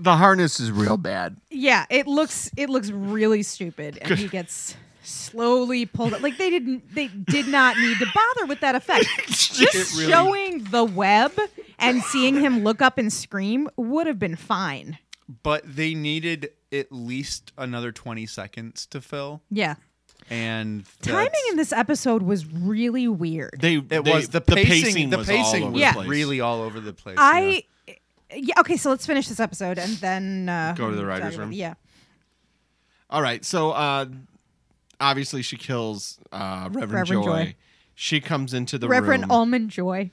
Speaker 3: The harness is real bad.
Speaker 4: yeah, it looks it looks really stupid, and he gets slowly pulled. Up. Like they didn't they did not need to bother with that effect. Just
Speaker 2: really-
Speaker 4: showing the web and seeing him look up and scream would have been fine.
Speaker 3: But they needed at least another 20 seconds to fill,
Speaker 4: Yeah,
Speaker 3: and
Speaker 4: timing in this episode was really weird.
Speaker 2: they,
Speaker 3: it was the, pacing. the pacing was
Speaker 4: Yeah.
Speaker 3: really all over the place. yeah.
Speaker 4: I yeah okay, so let's finish this episode and then uh,
Speaker 2: Go to the
Speaker 4: talk
Speaker 2: writer's
Speaker 4: about-
Speaker 2: room?
Speaker 4: Yeah,
Speaker 2: All right, so uh, obviously she kills uh, Reverend,
Speaker 4: Reverend
Speaker 2: Joy.
Speaker 4: Joy.
Speaker 2: She comes into the
Speaker 4: Reverend
Speaker 2: room.
Speaker 4: Almond Joy.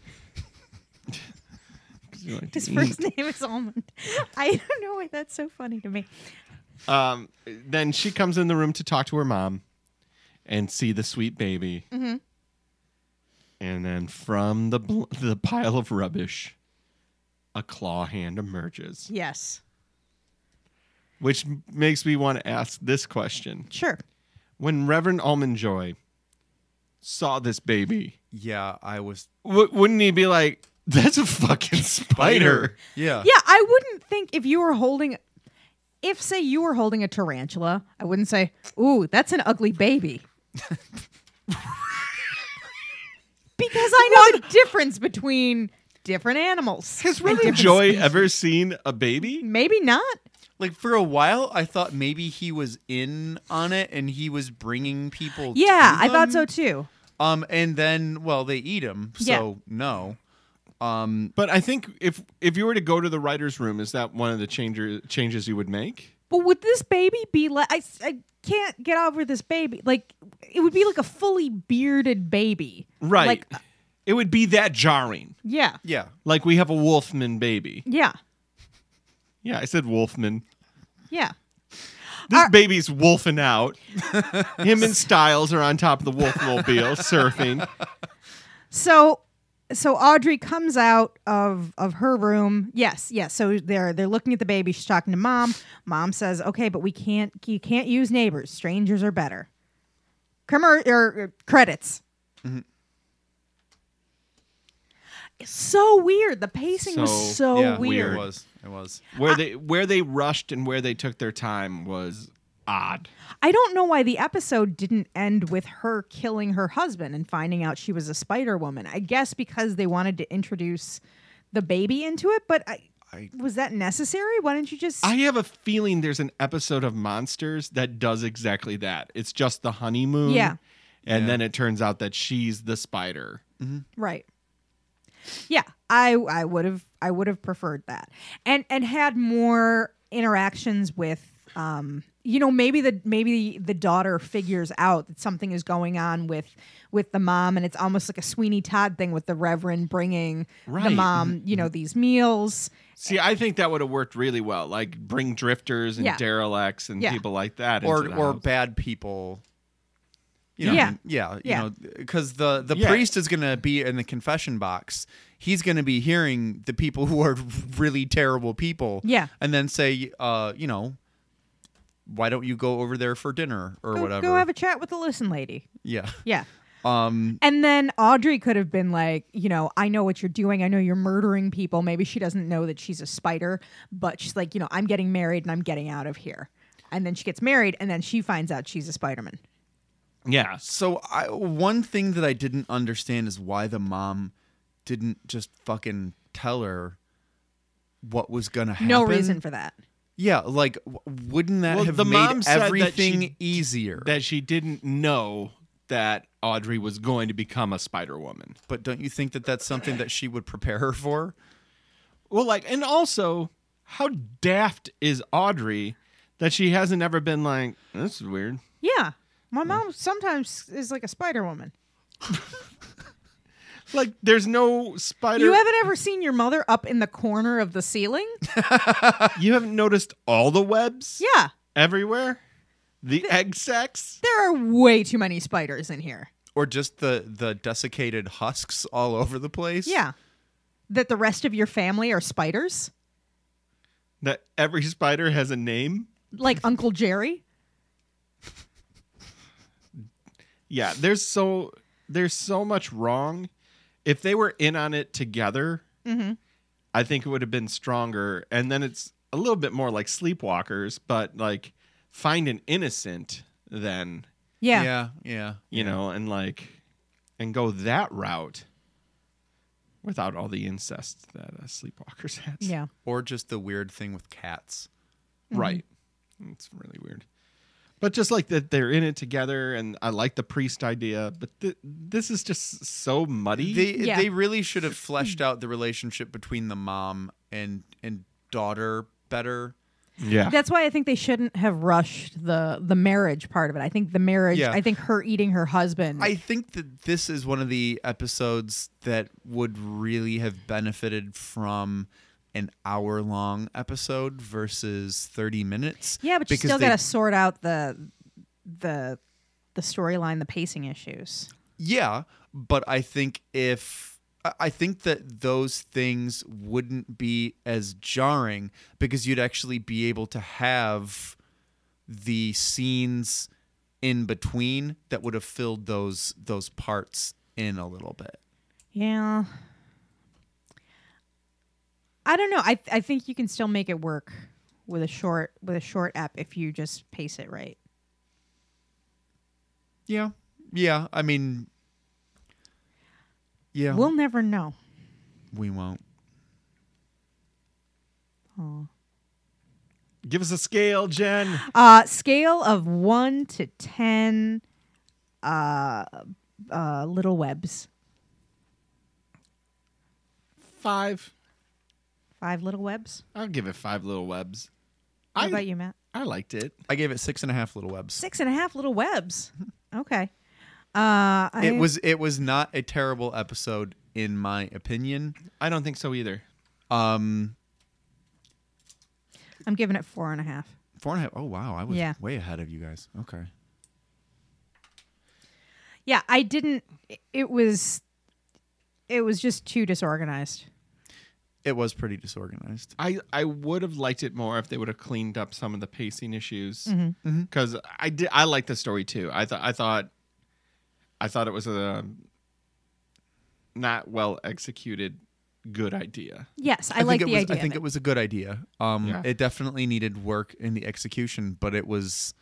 Speaker 2: You like to
Speaker 4: His
Speaker 2: eat.
Speaker 4: first name is Almond. I don't know why that's so funny to me.
Speaker 2: um, then she comes in the room to talk to her mom and see the sweet baby. Mm-hmm. And then from the bl- the pile of rubbish, a claw hand emerges,
Speaker 4: Yes,
Speaker 2: which m- makes me want to ask this question.
Speaker 4: sure.
Speaker 2: when Reverend Almondjoy saw this baby,
Speaker 3: yeah, I was
Speaker 2: w- wouldn't he be like, "That's a fucking spider"?
Speaker 3: Yeah,
Speaker 4: Yeah, I wouldn't think if you were holding, if say you were holding a tarantula, I wouldn't say, "Ooh, that's an ugly baby," because I know the difference between different animals.
Speaker 2: Has
Speaker 4: and
Speaker 2: Reverend
Speaker 4: different
Speaker 2: Joy
Speaker 4: species.
Speaker 2: ever seen a baby?
Speaker 4: Maybe not.
Speaker 3: Like for a while, I thought maybe he was in on it and he was bringing people.
Speaker 4: Yeah,
Speaker 3: to
Speaker 4: I thought so
Speaker 3: them.
Speaker 4: too.
Speaker 3: Um, and then well, they eat him, so no.
Speaker 2: But I think if if you were to go to the writers' room, is that one of the changer, changes you would make?
Speaker 4: But would this baby be like? I, s- I can't get over this baby. Like, it would be like a fully bearded baby.
Speaker 2: Right.
Speaker 4: Like, uh,
Speaker 2: it would be that jarring.
Speaker 4: yeah,
Speaker 3: Yeah,
Speaker 2: Like we have a Wolfman baby.
Speaker 4: yeah,
Speaker 2: Yeah, I said Wolfman.
Speaker 4: yeah.
Speaker 2: This
Speaker 4: Are-
Speaker 2: baby's wolfing out. Him and Styles are on top of the wolfmobile surfing.
Speaker 4: So, so Audrey comes out of of her room. Yes, yes. So they're they're looking at the baby. She's talking to mom. Mom says, "Okay, but we can't. You can't use neighbors. Strangers are better." Commer- or, or credits. It's so weird. The pacing
Speaker 2: So-
Speaker 4: was so
Speaker 3: yeah,
Speaker 4: weird.
Speaker 3: It was. It was.
Speaker 2: Where they where they rushed and where they took their time was odd.
Speaker 4: I don't know why the episode didn't end with her killing her husband and finding out she was a Spider Woman. I guess because they wanted to introduce the baby into it, but I, was that necessary? Why didn't you just?
Speaker 2: I have a feeling there's an episode of Monsters that does exactly that. It's just the honeymoon.
Speaker 4: Yeah.
Speaker 2: And then it turns out that she's the spider.
Speaker 4: right. Yeah, I I would have I would have preferred that, and and had more interactions with. Um, you know, maybe the maybe the daughter figures out that something is going on with with the mom, and it's almost like a Sweeney Todd thing with the Reverend bringing the
Speaker 2: Right.
Speaker 4: mom, you
Speaker 3: Mm-hmm.
Speaker 4: know, these meals.
Speaker 2: See, I think that would have worked really well. Like bring drifters and
Speaker 4: Yeah.
Speaker 2: derelicts and
Speaker 4: Yeah.
Speaker 2: people like that.
Speaker 3: Or
Speaker 2: into the
Speaker 3: or
Speaker 2: house.
Speaker 3: bad people. You know,
Speaker 4: Yeah.
Speaker 3: yeah, yeah,
Speaker 4: Yeah.
Speaker 3: you know, because the the
Speaker 2: Yeah.
Speaker 3: priest is gonna be in the confession box. He's gonna be hearing the people who are really terrible people.
Speaker 4: Yeah.
Speaker 3: and then say, uh, you know, why don't you go over there for dinner or
Speaker 4: Go,
Speaker 3: whatever?
Speaker 4: go have a chat with the listen lady.
Speaker 3: yeah,
Speaker 4: Yeah.
Speaker 3: um,
Speaker 4: And then Audrey could have been like, you know, I know what you're doing. I know you're murdering people. Maybe she doesn't know that she's a spider, but she's like, you know, I'm getting married and I'm getting out of here. And then she gets married and then she finds out she's a Spider-Man.
Speaker 2: yeah.
Speaker 3: So I, one thing that I didn't understand is why the mom didn't just fucking tell her what was gonna happen.
Speaker 4: No reason for that.
Speaker 3: Yeah, like w- wouldn't that
Speaker 2: Well,
Speaker 3: have
Speaker 2: the
Speaker 3: made
Speaker 2: mom said that she-
Speaker 3: everything e-, easier?
Speaker 2: That she didn't know that Audrey was going to become a Spider Woman.
Speaker 3: but don't you think that that's something that she would prepare her for?
Speaker 2: Well, like, and also, how daft is Audrey that she hasn't ever been like, this is weird.
Speaker 4: Yeah. My mom sometimes is like a Spider-Woman.
Speaker 2: Like, there's no spider.
Speaker 4: You haven't ever seen your mother up in the corner of the ceiling?
Speaker 2: you haven't noticed all the webs
Speaker 4: Yeah.
Speaker 2: everywhere? The egg sacs?
Speaker 4: There are way too many spiders in here.
Speaker 3: Or just the the desiccated husks all over the place?
Speaker 4: Yeah. That the rest of your family are spiders?
Speaker 2: That every spider has a name?
Speaker 4: Like Uncle Jerry?
Speaker 2: Yeah, there's so there's so much wrong. If they were in on it together,
Speaker 3: Mm-hmm.
Speaker 2: I think it would have been stronger. And then it's a little bit more like Sleepwalkers, but like find an innocent then
Speaker 4: Yeah.
Speaker 3: yeah, yeah.
Speaker 2: you know, and like and go that route without all the incest that uh, Sleepwalkers has.
Speaker 4: Yeah. Mm-hmm.
Speaker 3: Or just the weird thing with cats.
Speaker 2: Right. It's really weird. But just like that, they're in it together, and I like the priest idea. But th- this is just so muddy.
Speaker 3: They
Speaker 4: Yeah.
Speaker 3: they really should have fleshed out the relationship between the mom and and daughter better.
Speaker 2: yeah,
Speaker 4: That's why I think they shouldn't have rushed the the marriage part of it. I think the marriage.
Speaker 3: Yeah.
Speaker 4: I think her eating her husband.
Speaker 3: I think that this is one of the episodes that would really have benefited from an hour long episode versus 30 minutes.
Speaker 4: yeah, but you
Speaker 3: because
Speaker 4: still
Speaker 3: they-
Speaker 4: got to sort out the the the storyline, the pacing issues.
Speaker 3: Yeah, but I think if I- I think that those things wouldn't be as jarring because you'd actually be able to have the scenes in between that would have filled those those parts in a little bit.
Speaker 4: Yeah. I don't know. I I think you can still make it work with a short with a short app if you just pace it right.
Speaker 3: Yeah. Yeah. I mean, yeah.
Speaker 4: We'll never know.
Speaker 3: we won't.
Speaker 2: Give us a scale, Jen.
Speaker 4: Uh, scale of one to ten. Uh, uh, little webs.
Speaker 2: Five.
Speaker 4: Five little webs.
Speaker 2: I'll give it five little webs.
Speaker 4: How
Speaker 2: I,
Speaker 4: about you, Matt?
Speaker 2: I liked it.
Speaker 3: I gave it six and a half little webs.
Speaker 4: Six and a half little webs. Okay. Uh, I,
Speaker 3: It was it was not a terrible episode in my opinion.
Speaker 2: I don't think so either.
Speaker 3: Um,
Speaker 4: I'm giving it four and a half.
Speaker 3: four and a half. Oh wow, I was
Speaker 4: Yeah.
Speaker 3: way ahead of you guys. Okay.
Speaker 4: Yeah, I didn't. It was. It was just too disorganized.
Speaker 3: It was pretty disorganized.
Speaker 2: I, I would have liked it more if they would have cleaned up some of the pacing issues because I did I liked the story too. I thought I thought I thought it was a not well executed good idea.
Speaker 4: Yes, I, like
Speaker 3: think
Speaker 4: the
Speaker 3: it was,
Speaker 4: idea.
Speaker 3: I think
Speaker 4: of
Speaker 3: it was a good idea. Um,
Speaker 2: Yeah.
Speaker 3: It definitely needed work in the execution, but it was.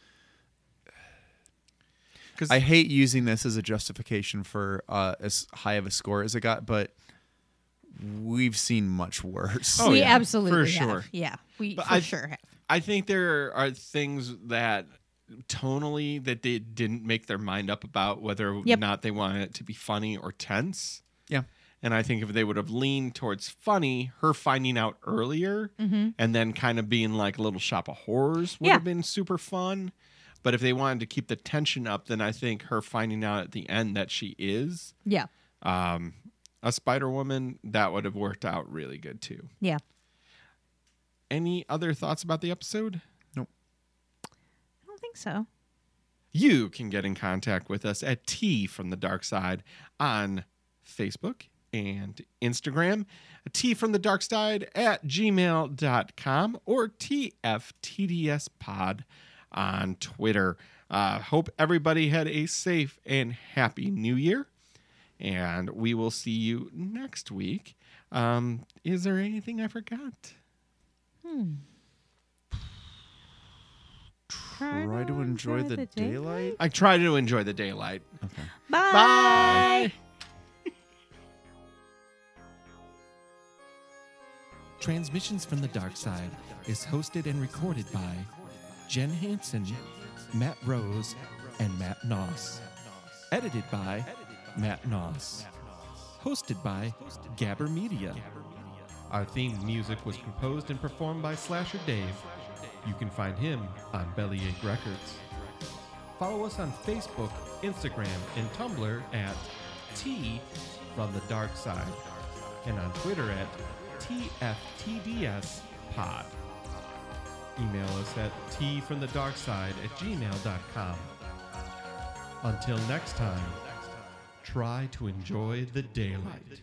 Speaker 2: 'Cause-
Speaker 3: I hate using this as a justification for uh, as high of a score as it got, but we've seen much worse.
Speaker 2: Oh,
Speaker 4: we
Speaker 2: yeah,
Speaker 4: absolutely
Speaker 2: for
Speaker 4: have.
Speaker 2: sure.
Speaker 4: Yeah, we
Speaker 2: But
Speaker 4: for
Speaker 2: I-
Speaker 4: sure have.
Speaker 2: I think there are things that tonally that they didn't make their mind up about whether or
Speaker 4: Yep.
Speaker 2: not they wanted it to be funny or tense.
Speaker 3: Yeah.
Speaker 2: And I think if they would have leaned towards funny, her finding out earlier and then kind of being like a little shop of horrors would
Speaker 4: Yeah.
Speaker 2: have been super fun. But if they wanted to keep the tension up, then I think her finding out at the end that she is
Speaker 4: Yeah,
Speaker 2: a Spider Woman, that would have worked out really good too.
Speaker 4: yeah.
Speaker 2: Any other thoughts about the episode?
Speaker 4: I don't think so.
Speaker 2: You can get in contact with us at T from the Dark Side on Facebook and Instagram, T from the Dark Side at gmail.com, or TFTDSpod on Twitter. Uh, hope everybody had a safe and happy new year, and we will see you next week. Um, is there anything I forgot?
Speaker 3: Try to enjoy the, daylight.
Speaker 2: I try to enjoy the daylight.
Speaker 4: Bye.
Speaker 2: Bye. Transmissions from the Dark Side is hosted and recorded by Jen Hansen, Matt Rose, and Matt Noss. Edited by Matt Noss. Hosted by Gabber Media. Our theme music was composed and performed by Slasher Dave. You can find him on Belly Ink Records. Follow us on Facebook, Instagram, and Tumblr at T from the Dark Side, and on Twitter at TFTDS Pod. Email us at T from the Dark Side at gmail.com. Until next time, try to enjoy the daylight.